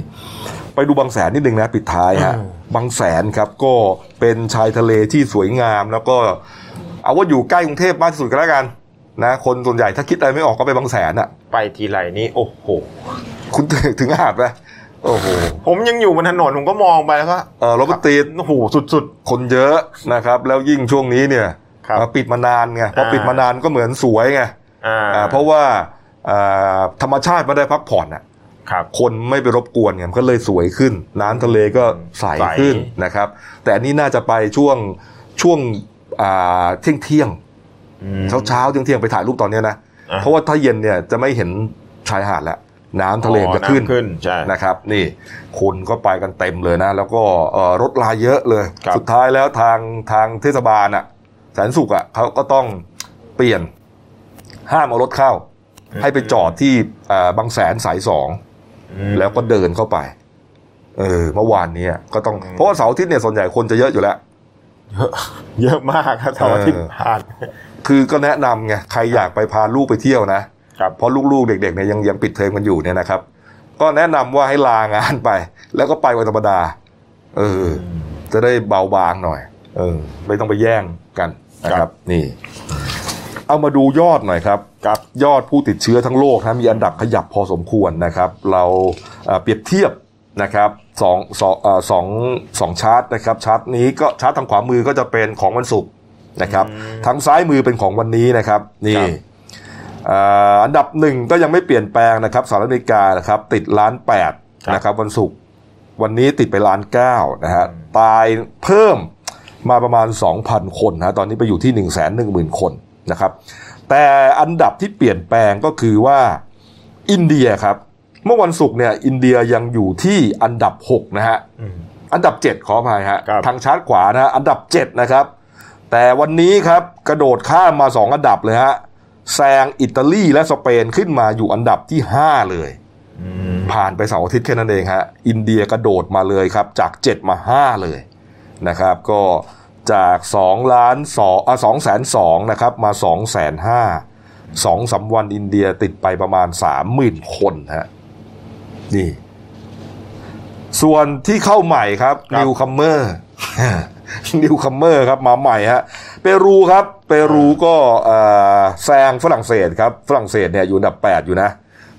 [SPEAKER 1] ไปดูบางแสนนิดนึงนะ ปิดท้ายฮะ
[SPEAKER 2] อืม
[SPEAKER 1] บางแสนครับก็เป็นชายทะเลที่สวยงามแล้วก็ เอาว่าอยู่ใกล้กรุงเทพมากที่สุดก็แล้วกันนะ คนส่วนใหญ่ถ้าคิดอะไรไม่ออกก็ไปบางแสนอ่ะ
[SPEAKER 2] ไปทีไรนี่โอ้โห
[SPEAKER 1] คุณถึงถึงหาดไหมโอ้โห
[SPEAKER 2] ผมยังอยู่บนถนนผมก็มองไปแล้วก็
[SPEAKER 1] เออรถมันติด
[SPEAKER 2] โอ้โหสุด
[SPEAKER 1] คนเยอะนะครับ แล้วยิ่งช่วงนี้เนี่ย
[SPEAKER 2] ครับ
[SPEAKER 1] เอ่อปิดมานานไงพอ
[SPEAKER 2] อ่า
[SPEAKER 1] ปิดมานานก็เหมือนสวยไง
[SPEAKER 2] ๆ อ่า
[SPEAKER 1] อ่าเพราะว่าอ่าธรรมชาติไม่ได้พักผ่อนอ่ะ
[SPEAKER 2] ครับ
[SPEAKER 1] คนไม่ไปรบกวนไงมันก็เลยสวยขึ้น น้ำทะเลก็ใส
[SPEAKER 2] ใส
[SPEAKER 1] ขึ้นนะครับ แต่อันนี้น่าจะไปช่วงช่วงเที่ยงเที่ยง
[SPEAKER 2] อืม
[SPEAKER 1] เช้าเช้าๆเที่ยงเที่ยงๆไปถ่ายรูปตอนเนี้ยนะ
[SPEAKER 2] อ่า
[SPEAKER 1] เพราะว่าถ้าเย็นเนี่ยจะไม่เห็นชายหาดแล้วน้ำทะเลมันจะขึ้น
[SPEAKER 2] อ๋อำขึ้นใช่
[SPEAKER 1] นะครับนี่คนก็ไปกันเต็มเลยนะ แล้วก็เอ่อรถลาเยอะเลย
[SPEAKER 2] ครับ
[SPEAKER 1] สุดท้ายแล้วทางทางเทศบาลอ่ะแสนสุขอ่ะเขาก็ต้องเปลี่ยนห้ามเอารถเข้า
[SPEAKER 2] อืม
[SPEAKER 1] ให้ไปจอดที่เอ่อบางแสนสายสอง
[SPEAKER 2] อืม
[SPEAKER 1] แล้วก็เดินเข้าไป เออเมื่อวานเนี้ก็ต้อง
[SPEAKER 2] อืม
[SPEAKER 1] เพราะว่าเสาร์อาทิตย์เนี่ยส่วนใหญ่คนจะเยอะอยู่แล้ว
[SPEAKER 2] เยอะมากครับเสาร์อาทิตย์
[SPEAKER 1] เออ
[SPEAKER 2] ผ่าน
[SPEAKER 1] คือก็แนะนำไงใครอยากไปพาลูกไปเที่ยวนะ
[SPEAKER 2] ครับ
[SPEAKER 1] เพราะลูกๆ เด็กๆเนี่ยยังยังปิดเทอมกันอยู่เนี่ยนะครับ ก็แนะนำว่าให้ลางานไป แล้วก็ไปวันธรรมดา เออ จะได้เบาบางหน่อย เออ ไม่ต้องไปแย่งกันนะค
[SPEAKER 2] ครั
[SPEAKER 1] รับ
[SPEAKER 2] บ
[SPEAKER 1] นี่ เอามาดูยอดหน่อยครับ
[SPEAKER 2] ครับ
[SPEAKER 1] ยอดผู้ติดเชื้อทั้งโลกนะมีอันดับขยับพอสมควรนะครับ เราเอ่อเปรียบเทียบนะครับสองสองเอ่อสองสองชาร์ตนะครับชาร์ตนี้ก็ชาร์ตทางขวามือก็จะเป็นของวันศุกร์นะครับ
[SPEAKER 2] อืม
[SPEAKER 1] ทางซ้ายมือเป็นของวันนี้นะครับนี่
[SPEAKER 2] ครับ
[SPEAKER 1] เอ่ออันดับหนึ่งก็ยังไม่เปลี่ยนแปลงนะครับสหรัฐอเมริกานะครับติดล้านแปดนะครับวันศุกร์วันนี้ติดไปล้านเก้านะฮะตายเพิ่มมาประมาณ 2,000 คนนะตอนนี้ไปอยู่ที่ 1 1 0 0 0 0 คนนะครับ แต่อันดับที่เปลี่ยนแปลงก็คือว่าอินเดียครับ เมื่อวันศุกร์เนี่ยอินเดียยังอยู่ที่อันดับ 6 นะฮะ
[SPEAKER 2] อืม
[SPEAKER 1] อันดับ 7 ขออภัยฮะ
[SPEAKER 2] ครับ
[SPEAKER 1] ทางชาร์ตขวานะฮะอันดับ 7 นะครับ แต่วันนี้ครับกระโดดข้ามมา 2 อันดับเลยฮะแซงอิตาลีและสเปนขึ้นมาอยู่อันดับที่ 5 เลย
[SPEAKER 2] อืม
[SPEAKER 1] ผ่านไปเสาร์อาทิตย์แค่นั้นเองฮะอินเดียกระโดดมาเลยครับ จาก 7 มา 5 เลยนะครับ ก็จาก2ล้าน2อ่ะ2แสน2นะครับมา2แสน5 2สามวันอินเดียติดไปประมาณ 30,000 คนฮะนี่ ส่วนที่เข้าใหม่ครับนิวคัมเมอร์ นิวคัมเมอร์ครับมาใหม่ฮะเปรูครับเปรูก็เอ่อแซงฝรั่งเศสครับฝรั่งเศสเนี่ยอยู่อันดับ 8 อยู่นะ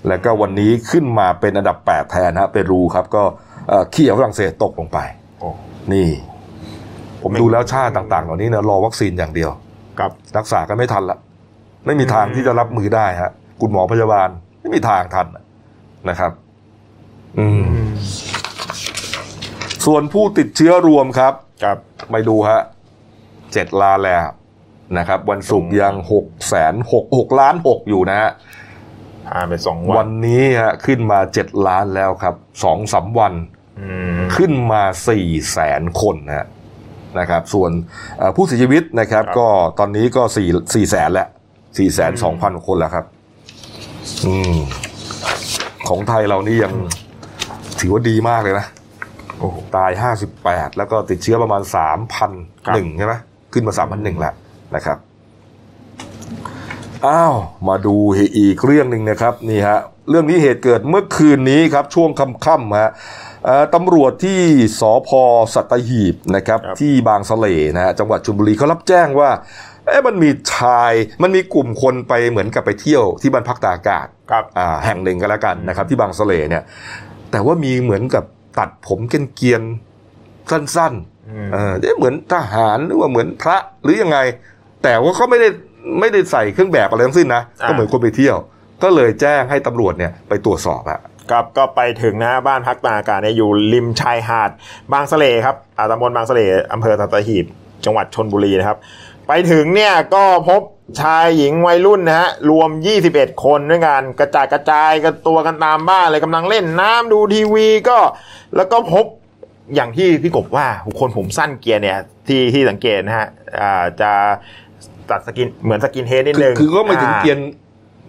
[SPEAKER 1] แล้วก็วันนี้ขึ้นมาเป็นอันดับ 8 แทนฮะเปรูครับก็เอ่อเขี่ยฝรั่งเศสตกลงไป
[SPEAKER 2] โอ้
[SPEAKER 1] นี่ ผมดูแล้วชาติต่างๆ เหล่านี้เนี่ยรอวัคซีนอย่างเดียว
[SPEAKER 2] ครับ
[SPEAKER 1] รักษากันไม่ทันละ ไม่มีทาง
[SPEAKER 2] อืม
[SPEAKER 1] ที่จะรับมือได้ฮะ คุณหมอพยาบาล ไม่มีทางทันน่ะนะครับ อืม ส่วนผู้ติดเชื้อรวมครับ
[SPEAKER 2] ครับ
[SPEAKER 1] ไปดูฮะเจ็ดล้านแล้วนะครับ วันศุกร์ยังหกแสนหกหกล้านหกอยู่นะฮะ
[SPEAKER 2] ผ่านไปสองวั
[SPEAKER 1] วัน นนี้ฮะขึ้นมาเจ็ดล้านแล้วครับสองสามวัน
[SPEAKER 2] อืม
[SPEAKER 1] ขึ้นมาสี่แสนคนนะฮะนะครับ ส่วนเอ่อผู้เสียชีวิตนะครับ ก็ตอนนี้ก็สี่สี่แสนแล้วสี่แสนสองพันคนแล้วครับ อืม ของไทยเรานี่ยังถือว่าดีมากเลยนะ
[SPEAKER 2] โอ้โห
[SPEAKER 1] ตาย 58 แล้วก็ติดเชื้อประมาณ
[SPEAKER 2] ครับ
[SPEAKER 1] 3,001ใช่ไหมขึ้นมา 3,001แล้วนะครับ อ้าว มาดูอีกเรื่องหนึ่งนะครับ นี่ฮะ เรื่องนี้เหตุเกิดเมื่อคืนนี้ครับ ช่วงค่ำๆฮะเอ่อตำรวจที่สพสัตหีบนะครับ
[SPEAKER 2] ครับ
[SPEAKER 1] ที่บางสะเลนะฮะจังหวัดชลบุรีเขารับแจ้งว่า เอ๊ะมันมีชายมันมีกลุ่มคนไปเหมือนกับไปเที่ยวที่บ้านพักตากอากาศ
[SPEAKER 2] ครับ
[SPEAKER 1] อ่าแห่งหนึ่งก็แล้วกันนะครับ ที่บางสะเลเนี่ย แต่ว่ามีเหมือนกับตัดผมเกรียนๆสั้น
[SPEAKER 2] อืม
[SPEAKER 1] ๆเออเอ๊ะเหมือนทหารหรือว่าเหมือนพระหรือยังไง แต่ว่าก็ไม่ได้ไม่ได้ใส่เครื่องแบบอะไรทั้งสิ้นนะ
[SPEAKER 2] อ่า
[SPEAKER 1] ก็เหมือนคนไปเที่ยว ก็เลยแจ้งให้ตำรวจเนี่ยไปตรวจสอบอะ
[SPEAKER 2] ครับก็ไปถึงนะฮะบ้านพักตากอากาศเนี่ยอยู่ริมชายหาดบางสะเลครับอาตำบลบางสะเลอำเภอสัตหีบ จังหวัดชนบุรีนะครับ ไปถึงเนี่ยก็พบชายหญิงวัยรุ่นนะฮะรวม 21 คนด้วยกันกระจายกระจายกันตัวกันตามบ้านเลยกำลังเล่นน้ำดูทีวีก็ แล้วก็พบอย่างที่พี่กบว่าคนผมสั้นเกรียร์เนี่ยที่ที่สังเกตนะฮะอ่าจะตัดสกินเหมือนสกินเฮดนิด
[SPEAKER 1] คือ
[SPEAKER 2] นึง
[SPEAKER 1] คือก็ไม่ถึงเกรียน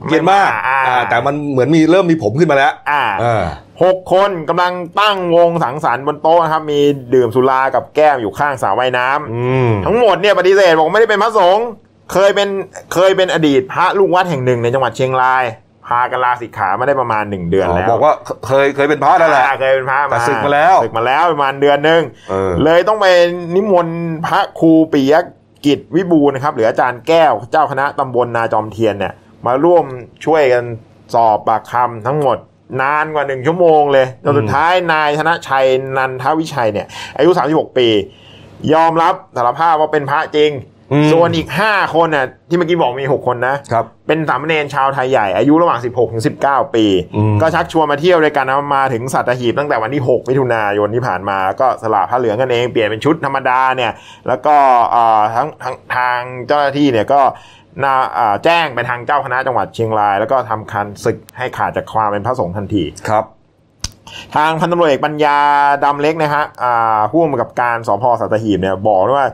[SPEAKER 1] เกรียนมาก
[SPEAKER 2] อ่
[SPEAKER 1] อ่าแต่มันเหมือนมีเริ่มมีผมขึ้นมาแล้ว
[SPEAKER 2] อ่า
[SPEAKER 1] อ่า
[SPEAKER 2] หกคนกำลังตั้งวงสังสรรค์บนโต๊ะนะครับ มีดื่มสุรากับแก้มอยู่ข้างสระว่ายน้ำ
[SPEAKER 1] อืม
[SPEAKER 2] ทั้งหมดเนี่ยปฏิเสธบอกไม่ได้เป็นพระสงฆ์เคยเป็นเคยเป็นอดีตพระลูกวัดแห่งหนึ่งในจังหวัดเชียงราย พากันลาสิกขามาได้ประมาณหนึ่งเดือนแล้ว
[SPEAKER 1] บอกว่าเคยเคยเป็นพระนั่นแหละ
[SPEAKER 2] อ่าเคยเป็นพระ
[SPEAKER 1] แต่
[SPEAKER 2] มา
[SPEAKER 1] ศึกมาแล้ว
[SPEAKER 2] ศึกมาแล้วประมาณเดือนหนึ่ง
[SPEAKER 1] เออ
[SPEAKER 2] ยต้องไปนิมนต์พระครูปิยกิจวิบูลย์นะครับหรืออาจารย์แก้วเจ้าคณะตำบลนาจอมเทียนเนี่ยมาร่วมช่วยกันสอบปากคำทั้งหมด นานกว่าหนึ่งชั่วโมงเลยจนสุดท้ายนายธนชัยนันทวิชัยเนี่ยอายุ 36 ปี ยอมรับสารภาพว่าเป็นพระจริง
[SPEAKER 1] อืม
[SPEAKER 2] ส่วนอีก 5 คนน่ะที่เมื่อกี้บอกมี 6 คนนะ
[SPEAKER 1] ครับ
[SPEAKER 2] เป็นสามเณรชาวไทยใหญ่อายุระหว่าง 16 ถึง 19 ปี
[SPEAKER 1] อืม
[SPEAKER 2] ก็ชักชวนมาเที่ยวด้วยกันนะมาถึงสัตหีบตั้งแต่วันที่ 6 มิถุนายนที่ผ่านมาก็สละผ้าเหลืองกันเองเปลี่ยนเป็นชุดธรรมดาเนี่ยแล้วก็เอ่อทั้งทั้งทางเจ้าหน้าที่เนี่ยก็นาเอ่อแจ้งไปทางเจ้าคณะจังหวัดเชียงราย แล้วก็ทำคันศึกให้ขาดจากความเป็นพระสงฆ์ทันที
[SPEAKER 1] ครับ
[SPEAKER 2] ทางพันตำรวจเอกปัญญาดำเล็กนะฮะอ่าผู้กำกับการสพสัตหีบเนี่ยบอกด้วยว่า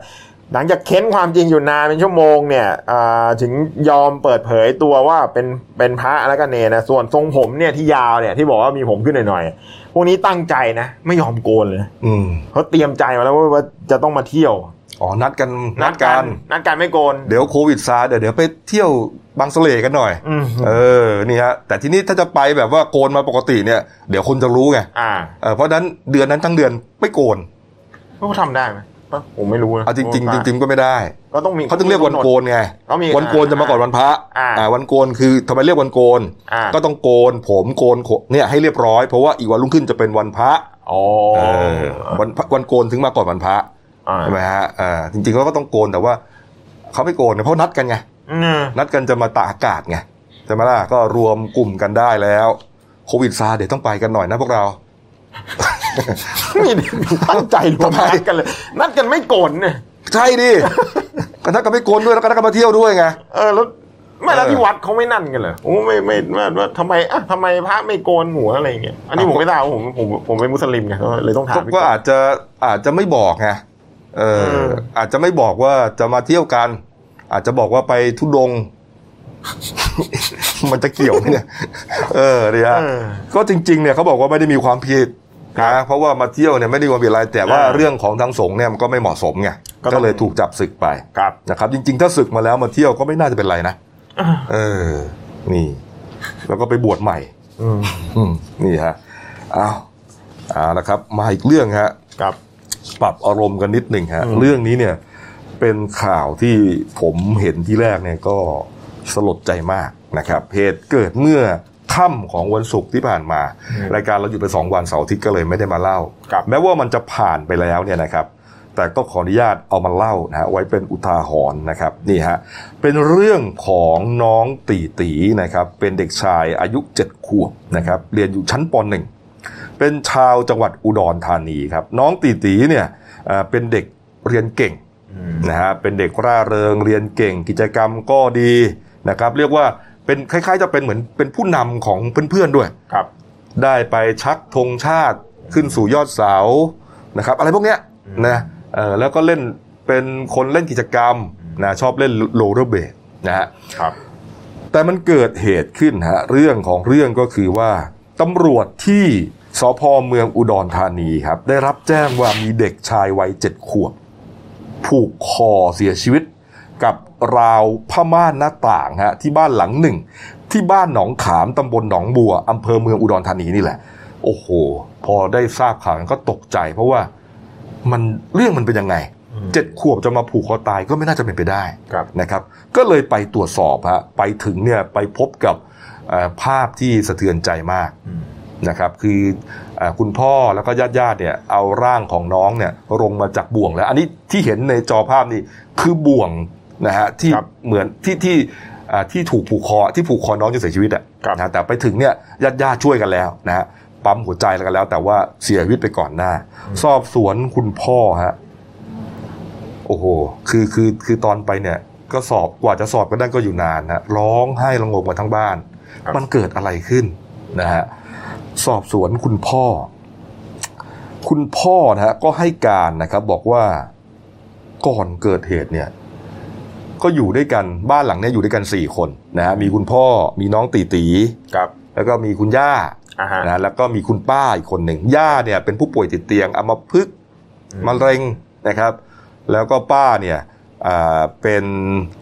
[SPEAKER 2] หลังจากเค้นความจริงอยู่นานเป็นชั่วโมงเนี่ยอ่าถึงยอมเปิดเผยตัวว่าเป็นเป็นพระแล้วก็เนรนะส่วนทรงผมเนี่ยที่ยาวเนี่ยที่บอกว่ามีผมขึ้นหน่อยๆพวกนี้ตั้งใจนะ ไม่ยอมโกนเลยนะ
[SPEAKER 1] อืม
[SPEAKER 2] เขาเตรียมใจมาแล้วว่าว่าจะต้องมาเที่ยว
[SPEAKER 1] อ๋อนัดกันนัดกัน
[SPEAKER 2] นัดกันไม่โกน
[SPEAKER 1] เดี๋ยวโควิดซาเดี๋ยวเดี๋ยวไปเที่ยวบางสะเลกันหน่อย
[SPEAKER 2] อืม
[SPEAKER 1] เออ นี่ฮะ แต่ทีนี้ถ้าจะไปแบบว่าโกนมาปกติเนี่ย เดี๋ยวคนจะรู้ไง
[SPEAKER 2] อ่า
[SPEAKER 1] เออเพราะฉะนั้นเดือนนั้นทั้งเดือนไม่โกน
[SPEAKER 2] เขาทำได้ไหมผมไม่รู้นะ
[SPEAKER 1] เอาจริง ๆ จริง ๆ ก็ไม่ได้
[SPEAKER 2] ก็ต้องมี
[SPEAKER 1] เขาถึงเรียกวันโกนไง
[SPEAKER 2] เขามี
[SPEAKER 1] วันโกนจะมาก่อนวันพระ
[SPEAKER 2] อ่า
[SPEAKER 1] อ่าวันโกนคือทำไมเรียกวันโกน
[SPEAKER 2] อ่า
[SPEAKER 1] ก็ต้องโกน ผมโกนขนเนี่ยให้เรียบร้อย เพราะว่าอีกวันรุ่งขึ้นจะเป็นวันพระ
[SPEAKER 2] อ๋อ
[SPEAKER 1] เออวันพระวันโกนถึงมาก่อนวันพระ
[SPEAKER 2] อ่า
[SPEAKER 1] ใช่ไหมฮะเออจริงๆเขาก็ต้องโกนแต่ว่าเขาไม่โกนเนี่ยเพราะนัดกันไง
[SPEAKER 2] อืม
[SPEAKER 1] นัดกันจะมาตากอากาศไงใช่ไหมล่ะก็รวมกลุ่มกันได้แล้วโควิดซาเดี๋ยวต้องไปกันหน่อยนะพวกเรา
[SPEAKER 2] ไม่ได้ตั้งใจรวม
[SPEAKER 1] ทำไม
[SPEAKER 2] นัดกันเลย นัดกันไม่โกนเนี่ย
[SPEAKER 1] ใช่ดิ ก็นัดกันไม่โกนด้วยแล้วก็นัดกันมาเที่ยวด้วยไง
[SPEAKER 2] เออแล้วไม่แล้ว
[SPEAKER 1] เออ
[SPEAKER 2] ที่วัดเขาไม่นั่นกันเหรอโอ้ไม่ไม่ไม่ว่าทำไมอ่ะทำไมพระไม่โกนหัวอะไรอย่างเงี้ยอันนี้ผมไม่ทราบผมผมผมเป็นมุสลิมไงก็เลยต้องถาม
[SPEAKER 1] ก็
[SPEAKER 2] พี่
[SPEAKER 1] ก็
[SPEAKER 2] ก่อน
[SPEAKER 1] อาจจะอาจจะไม่บอกไงเออ
[SPEAKER 2] เออ
[SPEAKER 1] อาจจะไม่บอกว่าจะมาเที่ยวกัน อาจจะบอกว่าไปทุดง ค์ มันจะเกี่ยวไหมเนี่ย เออเนี่ย
[SPEAKER 2] เออ
[SPEAKER 1] ก็จริงๆเนี่ยเขาบอกว่าไม่ได้มีความผิดนะเพราะว่ามาเที่ยวเนี่ยไม่ได้มีความผิดอะไรแต่ว่า
[SPEAKER 2] เออ
[SPEAKER 1] เรื่องของทางสงฆ์เนี่ยมันก็ไม่เหมาะสมไง
[SPEAKER 2] ก็ต้อง
[SPEAKER 1] ก็เลยถูกจับศึกไป
[SPEAKER 2] ครับ
[SPEAKER 1] นะครับจริงๆ ถ้าศึกมาแล้วมาเที่ยวก็ไม่น่าจะเป็นไรนะ เออ นี่ แล้วก็ไปบวชใหม่
[SPEAKER 2] อืม
[SPEAKER 1] อืมนี่ฮะอ้าวเอาละครับ มาอีกเรื่องฮะ
[SPEAKER 2] ครับ
[SPEAKER 1] ปรับอารมณ์กันนิดหนึ่งฮะ
[SPEAKER 2] อืม
[SPEAKER 1] เรื่องนี้เนี่ย เป็นข่าวที่ผมเห็นที่แรกเนี่ยก็สลดใจมากนะครับเหตุเกิดเมื่อค่ำของวันศุกร์ที่ผ่านมา รายการเราหยุดไปสองวันเสาร์อาทิตย์ก็เลยไม่ได้มาเล่า
[SPEAKER 2] ครับ
[SPEAKER 1] แม้ว่ามันจะผ่านไปแล้วเนี่ยนะครับ แต่ก็ขออนุญาตเอามาเล่านะฮะไว้เป็นอุทาหรณ์นะครับนี่ฮะเป็นเรื่องของน้องตีตีนะครับเป็นเด็กชายอายุ7ขวบนะครับเรียนอยู่ชั้นปหนึ่ง เป็นชาวจังหวัดอุดรธานีครับ น้องตีตีเนี่ยเอ่อเป็นเด็กเรียนเก่ง
[SPEAKER 2] อืม
[SPEAKER 1] นะฮะเป็นเด็กร่าเริงเรียนเก่งกิจกรรมก็ดีนะครับ เรียกว่าเป็นคล้ายๆจะเป็นเหมือนเป็นผู้นำของเพื่อนๆด้วย
[SPEAKER 2] ครับ
[SPEAKER 1] ได้ไปชักธงชาติขึ้นสู่ยอดเสานะครับอะไรพวกเนี้ย
[SPEAKER 2] อืม
[SPEAKER 1] นะเออแล้วก็เล่นเป็นคนเล่นกิจกรรมนะชอบเล่นโรลเลอร์เบลดนะฮะ
[SPEAKER 2] ครับ
[SPEAKER 1] แต่มันเกิดเหตุขึ้นฮะเรื่องของเรื่องก็คือว่าตำรวจที่สพเมืองอุดรธานีครับ ได้รับแจ้งว่ามีเด็กชายวัยเจ็ดขวบ ผูกคอเสียชีวิต กับราวผ้าม่านหน้าต่างฮะที่บ้านหลังหนึ่ง ที่บ้านหนองขามตำบลหนองบัวอำเภอเมืองอุดรธานีนี่แหละ โอ้โห พอได้ทราบข่าวก็ตกใจ เพราะว่ามันเรื่องมันเป็นยังไง
[SPEAKER 2] อืม
[SPEAKER 1] เจ็ดขวบจะมาผูกคอตายก็ไม่น่าจะเป็นไปได้
[SPEAKER 2] ครับ
[SPEAKER 1] นะครับก็เลยไปตรวจสอบฮะไปถึงเนี่ยไปพบกับเอ่อภาพที่สะเทือนใจมาก
[SPEAKER 2] อืม
[SPEAKER 1] นะครับคือเออคุณพ่อแล้วก็ญาติญาติๆเนี่ยเอาร่างของน้องเนี่ยลงมาจากบ่วงแล้ว อันนี้ที่เห็นในจอภาพนี่คือบ่วงนะฮะที่
[SPEAKER 2] ครับ
[SPEAKER 1] เหมือนที่ที่เอ่อที่ถูกผูกคอที่ผูกคอน้องจนเสียชีวิตอะ
[SPEAKER 2] ครับ
[SPEAKER 1] นะแต่ไปถึงเนี่ยญาติญาติๆช่วยกันแล้วนะฮะปั๊มหัวใจแล้วกันแล้ว แต่ว่าเสียชีวิตไปก่อนหน้า สอบสวนคุณพ่อฮะ โอ้โห คือคือคือตอนไปเนี่ย ก็สอบกว่าจะสอบก็ได้ก็อยู่นานนะร้องไห้ระงมกันทั้งบ้าน
[SPEAKER 2] ครับ
[SPEAKER 1] มันเกิดอะไรขึ้นนะฮะสอบสวนคุณพ่อ คุณพ่อนะฮะก็ให้การนะครับ บอกว่าก่อนเกิดเหตุเนี่ย ก็อยู่ด้วยกันบ้านหลังเนี้อยู่ด้วยกันสี่คนนะฮะมีคุณพ่อมีน้องตีตี
[SPEAKER 2] ครับ
[SPEAKER 1] แล้วก็มีคุณย่า
[SPEAKER 2] อ่าฮะ
[SPEAKER 1] นะแล้วก็มีคุณป้าอีกคนหนึ่งย่าเนี่ยเป็นผู้ป่วยติดเตียงอัมพฤกษ์
[SPEAKER 2] อื
[SPEAKER 1] มะเร็งนะครับ แล้วก็ป้าเนี่ยอ่าเป็น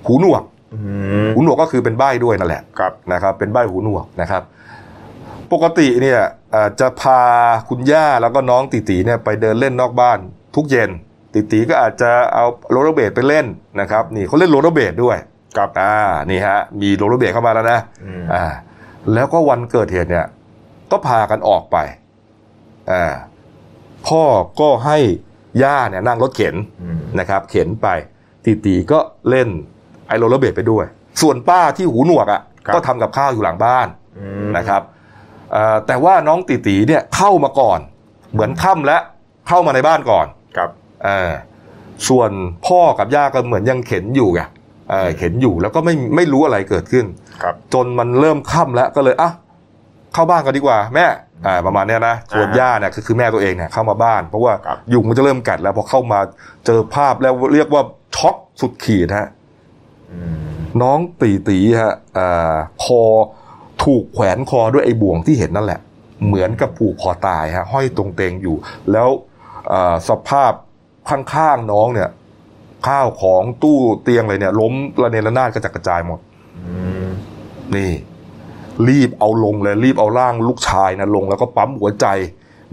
[SPEAKER 1] หูหนวก
[SPEAKER 2] อืม
[SPEAKER 1] หูหนวกก็คือเป็นใบ้ด้วยนั่นแหละ
[SPEAKER 2] ครับ
[SPEAKER 1] นะครับเป็นใบ้หูหนวกนะครับ ปกติเนี่ยอ่าจะพาคุณย่าแล้วก็น้องติตีเนี่ยไปเดินเล่นนอกบ้านทุกเย็น ติตีก็อาจจะเอาโรลเลอร์เบลดไปเล่นนะครับนี่เขาเล่นโรลเลอร์เบลดด้วย
[SPEAKER 2] ครับ
[SPEAKER 1] อ่านี่ฮะมีโรลเลอร์เบลดเข้ามาแล้วนะ
[SPEAKER 2] อืม
[SPEAKER 1] อ่าแล้วก็วันเกิดเหตุเนี่ย ก็พากันออกไปอ่าพ่อก็ให้ย่าเนี่ยนั่งรถเข็น
[SPEAKER 2] อืม
[SPEAKER 1] นะครับ เข็นไปตีตีก็เล่นไอโรลเลอร์เบลดไปด้วย ส่วนป้าที่หูหนวกอะ่ะก็ทำกับข้าวอยู่หลังบ้าน
[SPEAKER 2] อืม
[SPEAKER 1] นะครับอ่าแต่ว่าน้องตีตีเนี่ยเข้ามาก่อน เหมือนค่ำแล้วเข้ามาในบ้านก่อน
[SPEAKER 2] ครับ
[SPEAKER 1] อ่าส่วนพ่อกับย่าก็เหมือนยังเข็นอยู่ไงเออเข็นอยู่แล้วก็ไม่ไม่รู้อะไรเกิดขึ้น
[SPEAKER 2] ครับ
[SPEAKER 1] จนมันเริ่มค่ำแล้วก็เลยอ่ะเข้าบ้านกันดีกว่า แม่อ่าประมาณเนี้ยนะชวน
[SPEAKER 2] อ่าฮะ
[SPEAKER 1] ย่าเนี่ยคือคือแม่ตัวเองเนี่ยเข้ามาบ้าน เพราะว่า
[SPEAKER 2] ครับ
[SPEAKER 1] ยุงมันจะเริ่มกัดแล้วพอเข้ามาเจอภาพแล้วเรียกว่าช็อกสุดขีดฮะ
[SPEAKER 2] อืม
[SPEAKER 1] น้องตีตีฮะอ่าคอถูกแขวนคอด้วยไอ้บ่วงที่เห็นนั่นแหละ เหมือนกับผูกคอตายฮะห้อยตรงเตงอยู่ แล้วอ่าสภาพข้างๆน้องเนี่ย ข้าวของตู้เตียงอะไรเนี่ย ล้มระเนระนาดกระจัดกระจายหมด
[SPEAKER 2] อืม
[SPEAKER 1] นี่ รีบเอาลงเลยรีบเอาร่างลูกชายนะลงแล้วก็ปั๊มหัวใจ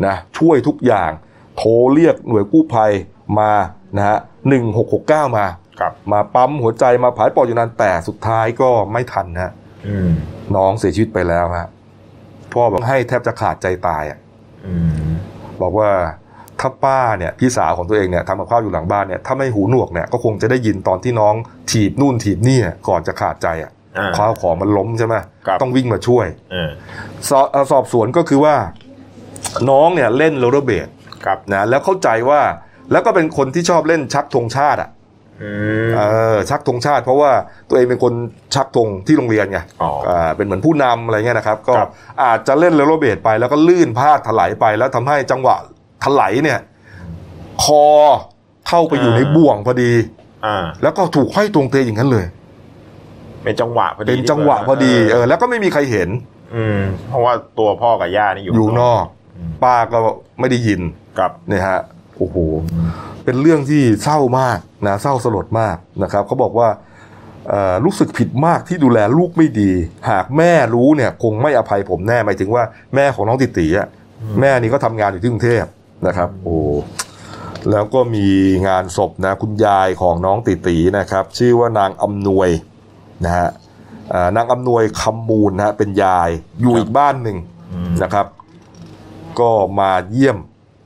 [SPEAKER 1] นะช่วยทุกอย่าง โทรเรียกหน่วยกู้ภัยมานะฮะหนึ่งหกหกเก้ามา
[SPEAKER 2] ครับ
[SPEAKER 1] มาปั๊มหัวใจมาผายปอดอยู่นานแต่สุดท้ายก็ไม่ทันนะฮะ
[SPEAKER 2] อืม
[SPEAKER 1] น้องเสียชีวิตไปแล้วฮะพ่อบอกให้แทบจะขาดใจตายอะ
[SPEAKER 2] อืม
[SPEAKER 1] บอกว่าถ้าป้าเนี่ยพี่สาวของตัวเองเนี่ยทำกับข้าวอยู่หลังบ้านเนี่ยถ้าไม่หูหนวกเนี่ยก็คงจะได้ยินตอนที่น้องถีบนู่นถีบนี่อะก่อนจะขาดใจอ่ะ
[SPEAKER 2] อ่า
[SPEAKER 1] ข้าวของมันล้มใช่ไหม
[SPEAKER 2] ครับ
[SPEAKER 1] ต้องวิ่งมาช่วย
[SPEAKER 2] เออ
[SPEAKER 1] สอบเอ่อสอบสวนก็คือว่า น้องเนี่ยเล่นโรลเลอร์เบลด
[SPEAKER 2] ครับ
[SPEAKER 1] นะแล้วเข้าใจว่าแล้วก็เป็นคนที่ชอบเล่นชักธงชาติอ่ะ
[SPEAKER 2] อืม
[SPEAKER 1] เออชักธงชาติ เพราะว่าตัวเองเป็นคนชักธงที่โรงเรียนไง
[SPEAKER 2] อ๋ออ่
[SPEAKER 1] าเป็นเหมือนผู้นำอะไรเงี้ยนะครับ ก็
[SPEAKER 2] ครับ
[SPEAKER 1] อาจจะเล่นโรลเลอร์เบลดไปแล้วก็ลื่นพลาดถลายไปแล้วทำให้จังหวะถลายเนี่ย คอเข้าไปอยู่ในบ่วงพอดี
[SPEAKER 2] อ่า
[SPEAKER 1] แล้วก็ถูกห้อยตรงเตยอย่างนั้นเลย
[SPEAKER 2] เป็นจังหวะพอดี
[SPEAKER 1] เป็นจังหวะพอดีเออแล้วก็ไม่มีใครเห็น
[SPEAKER 2] อืม เพราะว่าตัวพ่อกับย่านี่อยู่
[SPEAKER 1] อยู่นอก
[SPEAKER 2] อืม
[SPEAKER 1] ป้าก็ไม่ได้ยิน
[SPEAKER 2] ครับ
[SPEAKER 1] เนี่ยฮะโอ้โห เป็นเรื่องที่เศร้ามากนะเศร้าสลดมากนะครับเขาบอกว่าเอ่อรู้สึกผิดมากที่ดูแลลูกไม่ดี หากแม่รู้เนี่ยคงไม่อภัยผมแน่หมายถึงว่าแม่ของน้องติตีอ่ะแม่นี่ก็ทำงานอยู่ที่กรุงเทพนะครับ โอ้แล้วก็มีงานศพนะคุณยายของน้องติตีนะครับ ชื่อว่านางอำนวยนะฮะเอ่อนางอำนวยคำมูลนะฮะเป็นยายอยู่อีกบ้านหนึ่ง
[SPEAKER 2] อืม
[SPEAKER 1] นะครับ ก็มาเยี่ยม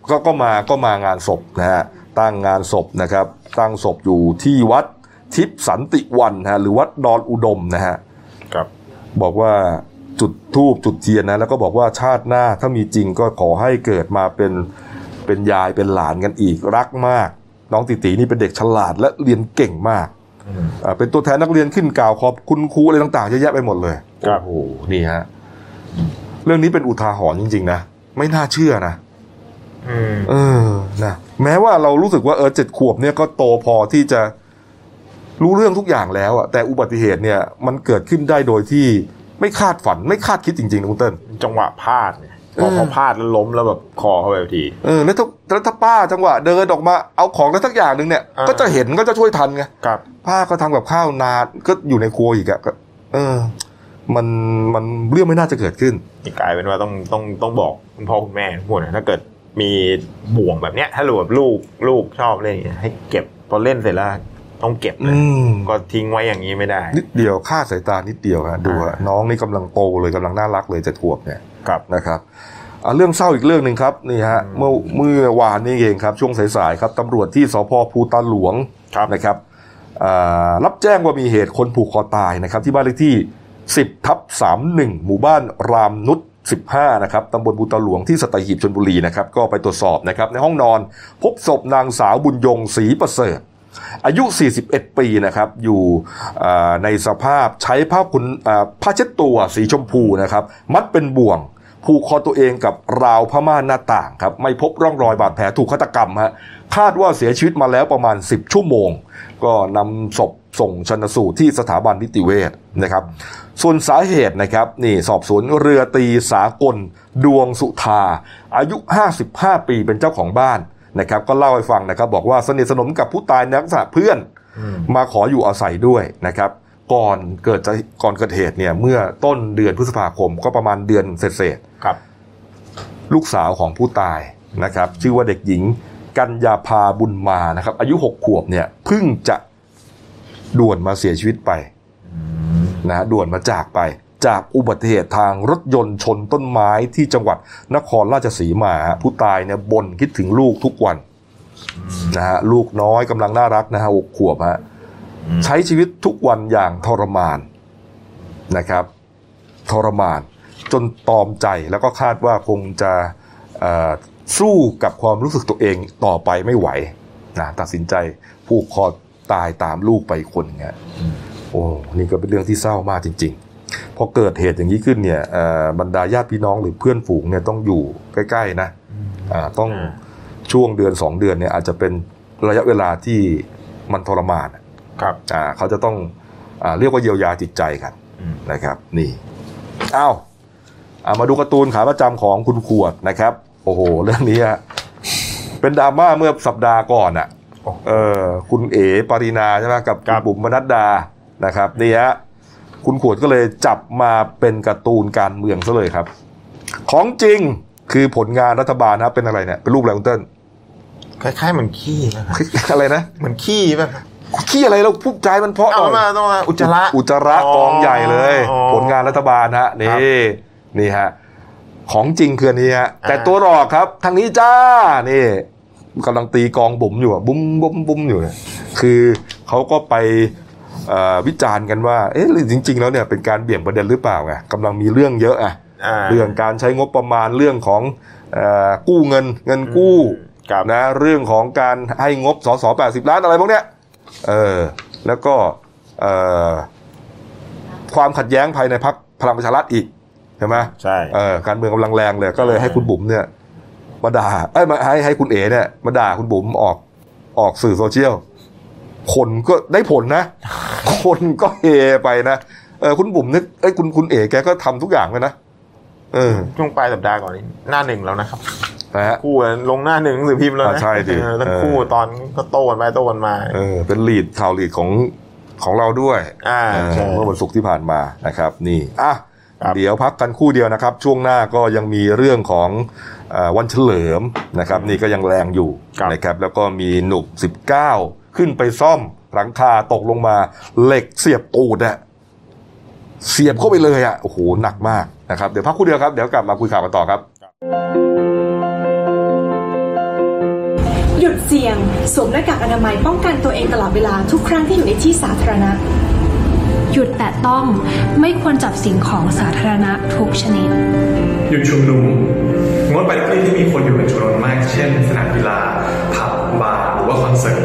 [SPEAKER 1] ก็ก็มาก็มางานศพนะฮะ ตั้งงานศพนะครับตั้งศพอยู่ที่วัดทิพย์สันติวันฮะหรือวัดดอนอุดมนะฮะ
[SPEAKER 2] ครับ
[SPEAKER 1] บอกว่าจุดทูบจุดเทียนนะแล้วก็บอกว่าชาติหน้าถ้ามีจริงก็ขอให้เกิดมาเป็นเป็นยายเป็นหลานกันอีกรักมาก น้องติตีนี่เป็นเด็กฉลาดและเรียนเก่งมาก
[SPEAKER 2] อืม
[SPEAKER 1] อ่าเป็นตัวแทนนักเรียนขึ้นกล่าวขอบคุณครูอะไรต่างๆเยอะแยะไปหมดเลย
[SPEAKER 2] ครับ
[SPEAKER 1] โอ้โหนี่ฮะเรื่องนี้เป็นอุทาหรณ์จริง ๆ นะ ไม่น่าเชื่อนะ
[SPEAKER 2] อืม
[SPEAKER 1] เออนะแม้ว่าเรารู้สึกว่าเออเจ็ดขวบเนี่ยก็โตพอที่จะรู้เรื่องทุกอย่างแล้วอะแต่อุบัติเหตุเนี่ยมันเกิดขึ้นได้โดยที่ไม่คาดฝันไม่คาดคิดจริงๆนะคุณเติ้ล
[SPEAKER 2] จังหวะพลาดไงพอ
[SPEAKER 1] เออ
[SPEAKER 2] พอพลาดแล้วล้มแล้วแบบคอเข้าไปที
[SPEAKER 1] เออแล้วถ้าแล้วถ้าป้าจังหวะเดินออกมาเอาของแล้วสักอย่างหนึ่งเนี่ย
[SPEAKER 2] อ่า
[SPEAKER 1] ก็จะเห็นก็จะช่วยทันไง
[SPEAKER 2] ครับ
[SPEAKER 1] ป้าก็ทำกับข้าวนานก็อยู่ในครัวอีกอะก็เออ มันมันเรื่องไม่น่าจะเกิดขึ้น
[SPEAKER 2] นี่กลายเป็นว่าต้องต้องต้องบอกคุณพ่อคุณแม่ทุกคนนะถ้าเกิดมีบ่วงแบบเนี้ย ถ้ารู้แบบลูกลูกชอบเล่นอย่างเงี้ยให้เก็บพอเล่นเสร็จแล้วต้องเก็บเลย
[SPEAKER 1] อืม
[SPEAKER 2] ก็ทิ้งไว้อย่างนี้ไม่ได้
[SPEAKER 1] นิดเดียวคาดสายตานิดเดียวฮะดูฮะน้องนี่กำลังโตเลยกำลังน่ารักเลยเจ็ดขวบเนี่ย
[SPEAKER 2] ครับ
[SPEAKER 1] นะครับอ่ะเรื่องเศร้าอีกเรื่องหนึ่งครับนี่ฮะ
[SPEAKER 2] อืม
[SPEAKER 1] เมื่อเมื่อวานนี้เองครับช่วงสายๆครับตำรวจที่สพภูตาหลวง
[SPEAKER 2] ครับ
[SPEAKER 1] นะครับอ่ารับแจ้งว่ามีเหตุคนผูกคอตายนะครับที่บ้านเลขที่ 10ทับ31 หมู่บ้านรามนุช15นะครับตำบลภูตาหลวงที่สตหีบชลบุรีนะครับก็ไปตรวจสอบนะครับในห้องนอน พบศพนางสาวบุญยงศรีประเสริฐ อายุ 41 ปีนะครับ อยู่อ่าในสภาพใช้ผ้าคุณผ้าเช็ดตัวสีชมพูนะครับ มัดเป็นบ่วง ผูกคอตัวเองกับราวผ้าม่านหน้าต่างครับ ไม่พบร่องรอยบาดแผลถูกฆาตกรรมฮะคาดว่าเสียชีวิตมาแล้วประมาณ 10 ชั่วโมง ก็นำศพส่งชนสูตรที่สถาบันนิติเวชนะครับ ส่วนสาเหตุนะครับนี่สอบสวนเรือตีสากล ดวงสุธา อายุ 55 ปีเป็นเจ้าของบ้านนะครับ ก็เล่าให้ฟังนะครับ บอกว่าสนิทสนมกับผู้ตายในลักษณะเพื่อน
[SPEAKER 2] อืม
[SPEAKER 1] มาขออยู่อาศัยด้วยนะครับ ก่อนเกิดจะก่อนเกิดเหตุเนี่ยเมื่อต้นเดือนพฤษภาคมก็ประมาณเดือนเศษ
[SPEAKER 2] ครับ
[SPEAKER 1] ๆลูกสาวของผู้ตายนะครับ ชื่อว่าเด็กหญิงกัญญาภาบุญมานะครับ อายุหกขวบเนี่ยเพิ่งจะด่วนมาเสียชีวิตไป นะฮะด่วนมาจากไปจากอุบัติเหตุทางรถยนต์ชนต้นไม้ที่จังหวัดนครราชสีมาฮะผู้ตายเนี่ยบ่นคิดถึงลูกทุกวันนะฮะลูกน้อยกำลังน่ารักนะฮะหกขวบฮะ
[SPEAKER 2] อืม
[SPEAKER 1] ใช้ชีวิตทุกวันอย่างทรมานนะครับ ทรมาน จนตอมใจแล้วก็คาดว่าคงจะเอ่อสู้กับความรู้สึกตัวเองต่อไปไม่ไหวนะตัดสินใจผูกคอตายตามลูกไปอีกคนหนึงฮะ โอ้ นี่ก็เป็นเรื่องที่เศร้ามากจริง ๆ พอเกิดเหตุอย่างนี้ขึ้นเนี่ยเอ่อบรรดาญาติพี่น้องหรือเพื่อนฝูงเนี่ยต้องอยู่ใกล้ๆนะอ่าต้อง
[SPEAKER 2] อ่า
[SPEAKER 1] ช่วงเดือนสองเดือนเนี่ยอาจจะเป็นระยะเวลาที่มันทรมานอะ
[SPEAKER 2] ครับ
[SPEAKER 1] อ่าเขาจะต้องอาเรียกว่าเยียวยาจิตใจกัน
[SPEAKER 2] อืม
[SPEAKER 1] นะครับ นี่อ้าวเอามาดูการ์ตูนขาประจำของคุณขวดนะครับ โอ้โห เรื่องนี้อะเป็นดราม่าเมื่อสัปดาห์ก่อนอะ
[SPEAKER 2] โอ้
[SPEAKER 1] เออคุณเอ๋ปารินาใช่ไหมกับ
[SPEAKER 2] ครับ
[SPEAKER 1] บุ๋มบนัดดานะครับนี่ฮะคุณขวดก็เลยจับมาเป็นการ์ตูนการเมืองซะเลยครับ ของจริงคือผลงานรัฐบาลนะครับเป็นอะไรเนี่ยเป็นรูปอะไรคุณเติ้ล
[SPEAKER 2] คล้ายๆเหมือนขี้นะครับ
[SPEAKER 1] อะไรนะ
[SPEAKER 2] เหมือนขี้ป่ะ
[SPEAKER 1] ขี้อะไรเราพูดใจมันเพราะห
[SPEAKER 2] เอา
[SPEAKER 1] น่อย
[SPEAKER 2] มาต้องมาอุจจาระ
[SPEAKER 1] อุจจาระกองใหญ่เลย
[SPEAKER 2] อ๋อ
[SPEAKER 1] ผลงานรัฐบาลฮะ
[SPEAKER 2] ค
[SPEAKER 1] นี่
[SPEAKER 2] รับ
[SPEAKER 1] นี่ฮะของจริงคืออันนี้ฮะ
[SPEAKER 2] อ่า
[SPEAKER 1] แต่ตัวหลอกครับ ทางนี้จ้านี่กำลังตีกองบุ๋มอยู่อะบุ้มบุ้มบุ้มอยู่เนี่ยคือเขาก็ไปเอ่อวิจารณ์กันว่า เอ๊ะหรือจริง ๆ แล้วเนี่ยเป็นการเบี่ยงประเด็นหรือเปล่าไงกำลังมีเรื่องเยอะอะ
[SPEAKER 2] อ่า
[SPEAKER 1] เรื่องการใช้งบประมาณเรื่องของเอ่อกู้เงินเงินกู้
[SPEAKER 2] ครับ
[SPEAKER 1] นะเรื่องของการให้งบสสแปดสิบล้านอะไรพวกเนี้ยเออแล้วก็เออความขัดแย้งภายในพักพลังประชารัฐอีกใช่ไหม
[SPEAKER 2] ใช่
[SPEAKER 1] เออการเมืองกำลังแรงเลยก็เลยให้คุณบุ๋มเนี่ยมาด่าเอ้ยมาให้ให้คุณเอ๋เนี่ยมาด่าคุณบุ๋มออกออกสื่อโซเชียลคนก็ได้ผลนะ คนก็เฮไปนะเออคุณบุ๋มเนี่ยเอ้ยคุณคุณเอ๋แกก็ทำทุกอย่างเลยนะเออ
[SPEAKER 2] ช่วงปลายสัปดาห์ก่อนนี้หน้าหนึ่งแล้วนะครับ
[SPEAKER 1] นะฮะ
[SPEAKER 2] คู่กันลงหน้าหนึ่งหนังสือพิมพ์แล้วนะ
[SPEAKER 1] อ่าใช่ดิ
[SPEAKER 2] เออทั้ง
[SPEAKER 1] เออ
[SPEAKER 2] คู่ตอนก็โต้กันไปโต้กันมา
[SPEAKER 1] เออเป็นลีดข่าวลีดของของเราด้วย
[SPEAKER 2] อ่า
[SPEAKER 1] เออ
[SPEAKER 2] ใช่
[SPEAKER 1] เมื่อวันศุกร์ที่ผ่านมานะครับนี่อ่ะ
[SPEAKER 2] ครับ
[SPEAKER 1] เดี๋ยวพักกันครู่เดียวนะครับ ช่วงหน้าก็ยังมีเรื่องของเออวันเฉลิมนะครับ นี่ก็ยังแรงอยู่นะครับแล้วก็มีหนุก 19 ขึ้นไปซ่อมหลังคาตกลงมาเหล็กเสียบตูดอะเสียบเข้าไปเลยอะโอ้โหหนักมากนะครับเดี๋ยวพักครู่เดียวครับเดี๋ยวกลับมาคุยข่าวกันต่อครับ
[SPEAKER 3] หยุด เสี่ยง สวมหน้ากากอนามัยป้องกันตัวเองตลอดเวลาทุกครั้งที่อยู่ในที่สาธารณะ
[SPEAKER 4] หยุดแตะต้องไม่ควรจับสิ่งของสาธารณะทุกชนิด
[SPEAKER 5] หยุดชุมนุมงดไปที่ที่มีคนอยู่เป็นจำนวนมาก เช่น สนามกีฬาผับบาร์หรือว่าคอนเสิร์ต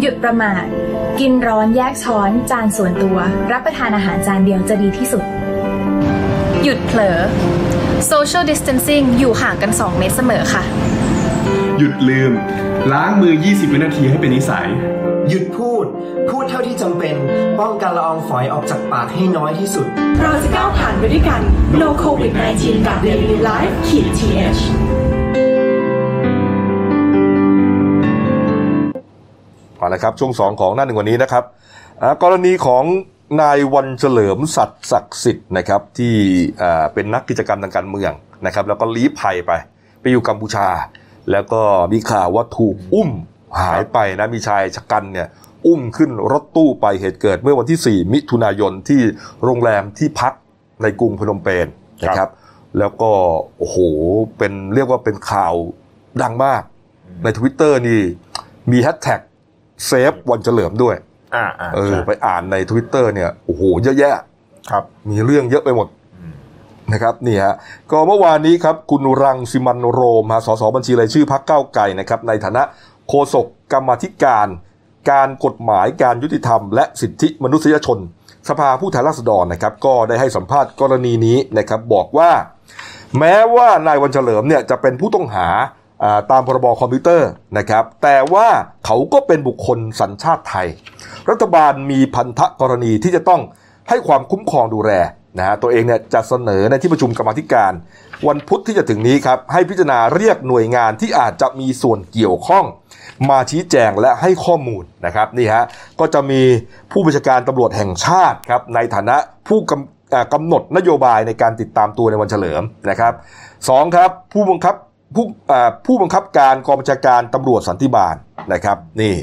[SPEAKER 6] หยุดประมาท กินร้อนแยกช้อน จานส่วนตัว รับประทานอาหารจานเดียวจะดีที่สุด หยุดเผลอ social distancing อยู่ห่างกัน 2 เมตรเสมอค่ะ
[SPEAKER 7] หยุดลืม ล้างมือ 20 วินาทีให้เป็นนิสัย
[SPEAKER 8] หยุดพูด พูดเท่าที่จำเป็น ป้องกันละอองฝอยออกจากปากให้น้อยที่สุด
[SPEAKER 3] เราจะก้าวผ่านไปด้วยกัน No COVID 19กับ Daily Life ขีด th
[SPEAKER 1] เอาละครับช่วงสองของหน้าหนึ่งวันนี้นะครับอ่ากรณีของนายวันเฉลิมสัตย์ศักดิ์สิทธิ์นะครับที่อ่าเป็นนักกิจกรรมทางการเมืองนะครับ แล้วก็ลี้ภัยไปไปอยู่กัมพูชา แล้วก็มีข่าวว่าถูกอุ้มหายไปนะมีชายชะกันเนี่ยอุ้มขึ้นรถตู้ไปเหตุเกิดเมื่อวันที่ 4 มิถุนายนที่โรงแรมที่พักในกรุงพนมเปญนะครับ แล้วก็โอ้โหเป็นเรียกว่าเป็นข่าวดังมาก ในทวิตเตอร์นี่มีแฮชแท็กเซฟวันเฉลิมด้วย
[SPEAKER 2] อ่าอ่า
[SPEAKER 1] เออ
[SPEAKER 2] ใช่
[SPEAKER 1] ไปอ่านใน Twitter เนี่ย โอ้โห เยอะแยะ
[SPEAKER 2] ครับ
[SPEAKER 1] มีเรื่องเยอะไปหมด
[SPEAKER 2] อืม
[SPEAKER 1] นะครับนี่ฮะก็เมื่อวานนี้ครับ คุณรังสิมันโรมฮะสสบัญชีรายชื่อพักเก้าวไกลนะครับ ในฐานะโฆษกกรรมาธิการ การกฎหมายการยุติธรรม และสิทธิมนุษยชน สภาผู้แทนราษฎรนะครับ ก็ได้ให้สัมภาษณ์กรณีนี้นะครับ บอกว่า แม้ว่านายวันเฉลิมเนี่ยจะเป็นผู้ต้องหาอ่าตามพรบคอมพิวเตอร์นะครับ แต่ว่าเขาก็เป็นบุคคลสัญชาติไทย รัฐบาลมีพันธกรณีที่จะต้องให้ความคุ้มครองดูแลนะฮะตัวเองเนี่ยจะเสนอในที่ประชุมกรรมาธิการ วันพุธที่จะถึงนี้ครับ ให้พิจารณาเรียกหน่วยงานที่อาจจะมีส่วนเกี่ยวข้อง มาชี้แจงและให้ข้อมูลนะครับนี่ฮะก็จะมีผู้บัญชาการตำรวจแห่งชาติครับในฐานะผู้กำเอ่อกำหนดนโยบายในการติดตามตัวในวันเฉลิมนะครับสองครับผู้บังคับผู้เอ่อผู้บังคับการกองบัญชาการตำรวจสันติบาลนะครับนี่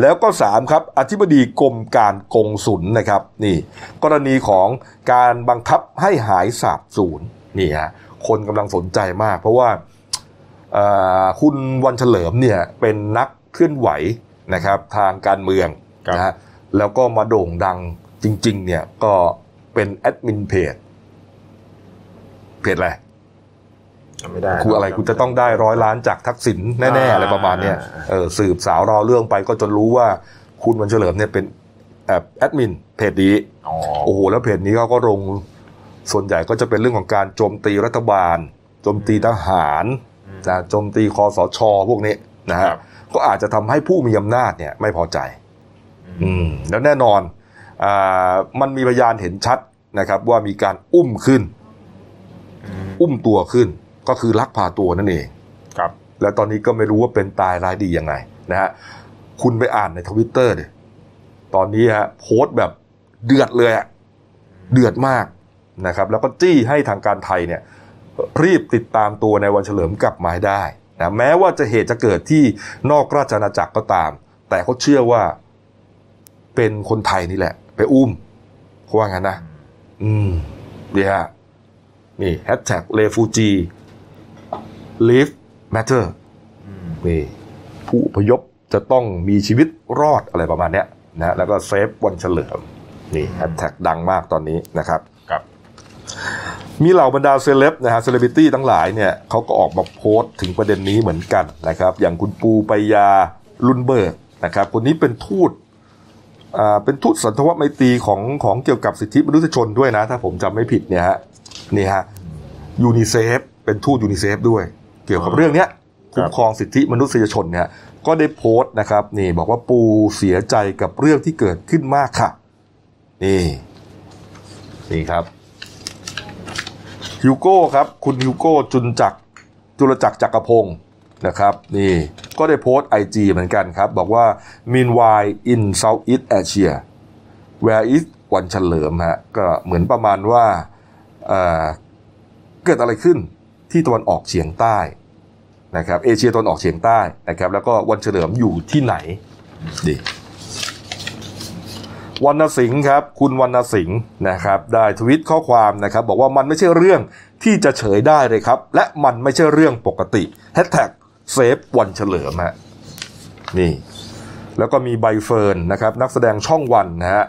[SPEAKER 1] แล้วก็ 3 ครับ อธิบดีกรมการกงสุลนะครับนี่กรณีของการบังคับให้หายสาบสูญนี่ฮะคนกำลังสนใจมาก เพราะว่าเอ่อคุณวันเฉลิมเนี่ยเป็นนักเคลื่อนไหวนะครับทางการเมือง
[SPEAKER 2] ครับ
[SPEAKER 1] นะฮะแล้วก็มาโด่งดังจริง ๆ เนี่ยก็เป็นแอดมินเพจเพจอะไร
[SPEAKER 2] จำไม่ได้
[SPEAKER 1] คืออะไร
[SPEAKER 2] บ
[SPEAKER 1] คุณจะต้องได้ร้อยล้านจากทักษิณแน่ๆ
[SPEAKER 2] อ่า
[SPEAKER 1] อะไรประมาณเนี้ย
[SPEAKER 2] อ่า
[SPEAKER 1] เออสืบสาวราวเรื่องไปก็จนรู้ว่าคุณวันเฉลิมเนี่ยเป็นแอบแอดมินเพจนี้
[SPEAKER 2] อ๋อ
[SPEAKER 1] โอ้โหแล้วเพจนี้เขาก็ลงส่วนใหญ่ก็จะเป็นเรื่องของการโจมตีรัฐบาล โจมตีทหารนะโจมตีคอสชพวกนี้นะฮะก็อาจจะทำให้ผู้มีอำนาจเนี่ยไม่พอใจ อืมแล้วแน่นอนอ่ามันมีพยานเห็นชัดนะครับ ว่ามีการอุ้มขึ้น อุ้มตัวขึ้นก็คือลักพาตัวนั่นเอง
[SPEAKER 2] ครับ
[SPEAKER 1] แล้วตอนนี้ก็ไม่รู้ว่าเป็นตายร้ายดียังไงนะฮะ คุณไปอ่านในทวิตเตอร์ดิตอนนี้ฮะโพสต์แบบเดือดเลยอะเดือดมากนะครับ แล้วก็จี้ให้ทางการไทยเนี่ย รีบติดตามตัวในวันเฉลิมกลับมาให้ได้นะแม้ว่าจะเหตุจะเกิดที่นอกราชอาณาจักรก็ตาม แต่เขาเชื่อว่าเป็นคนไทยนี่แหละ ไปอุ้มเขาว่างั้นนะ อืมนี่ฮะนี่แฮชแท็กเลฟูจี live matter นี่ผู้อพยพจะต้องมีชีวิตรอดอะไรประมาณเนี้ยนะแล้วก็เซฟวันเฉลิมนี่แฮชแท็กดังมากตอนนี้นะครับ
[SPEAKER 2] ครับ
[SPEAKER 1] มีเหล่าบรรดาเซเลบนะฮะเซเลบริตี้ทั้งหลายเนี่ยเขาก็ออกมาโพสต์ถึงประเด็นนี้เหมือนกันนะครับ อย่างคุณปูปายาลุนเบิร์กนะครับคนนี้เป็นทูตอ่าเป็นทูตสันทวไมตรีของของเกี่ยวกับสิทธิมนุษยชนด้วยนะ ถ้าผมจำไม่ผิดเนี่ยฮะนี่ฮะยูนิเซฟเป็นทูตยูนิเซฟด้วย เกี่ยวกับเรื่องเนี้ย
[SPEAKER 2] ครับ
[SPEAKER 1] คุ้มครองสิทธิมนุษยชนเนี่ยก็ได้โพสต์นะครับนี่บอกว่าปูเสียใจกับเรื่องที่เกิดขึ้นมากค่ะ นี่นี่ครับ ฮิวโก้ครับ คุณฮิวโก้จุนจักรจุลจักรจักรพงศ์นะครับ นี่ก็ได้โพสต์ไอจเหมือนกันครับ บอกว่า meanwhile in Southeast Asia where is วันเฉลิมฮะก็เหมือนประมาณว่าเอ่อเกิดอะไรขึ้นที่ตะวันออกเฉียงใต้นะครับ เอเชียตะวันออกเฉียงใต้นะครับ แล้วก็วันเฉลิมอยู่ที่ไหนดี วรรณสิงห์ครับ คุณวรรณสิงห์นะครับ ได้ทวิตข้อความนะครับ บอกว่ามันไม่ใช่เรื่องที่จะเฉยได้เลยครับ และมันไม่ใช่เรื่องปกติแฮชแท็ก เซฟวันเฉลิมฮะนี่ แล้วก็มีใบเฟิร์นนะครับนักแสดงช่องวันนะฮะ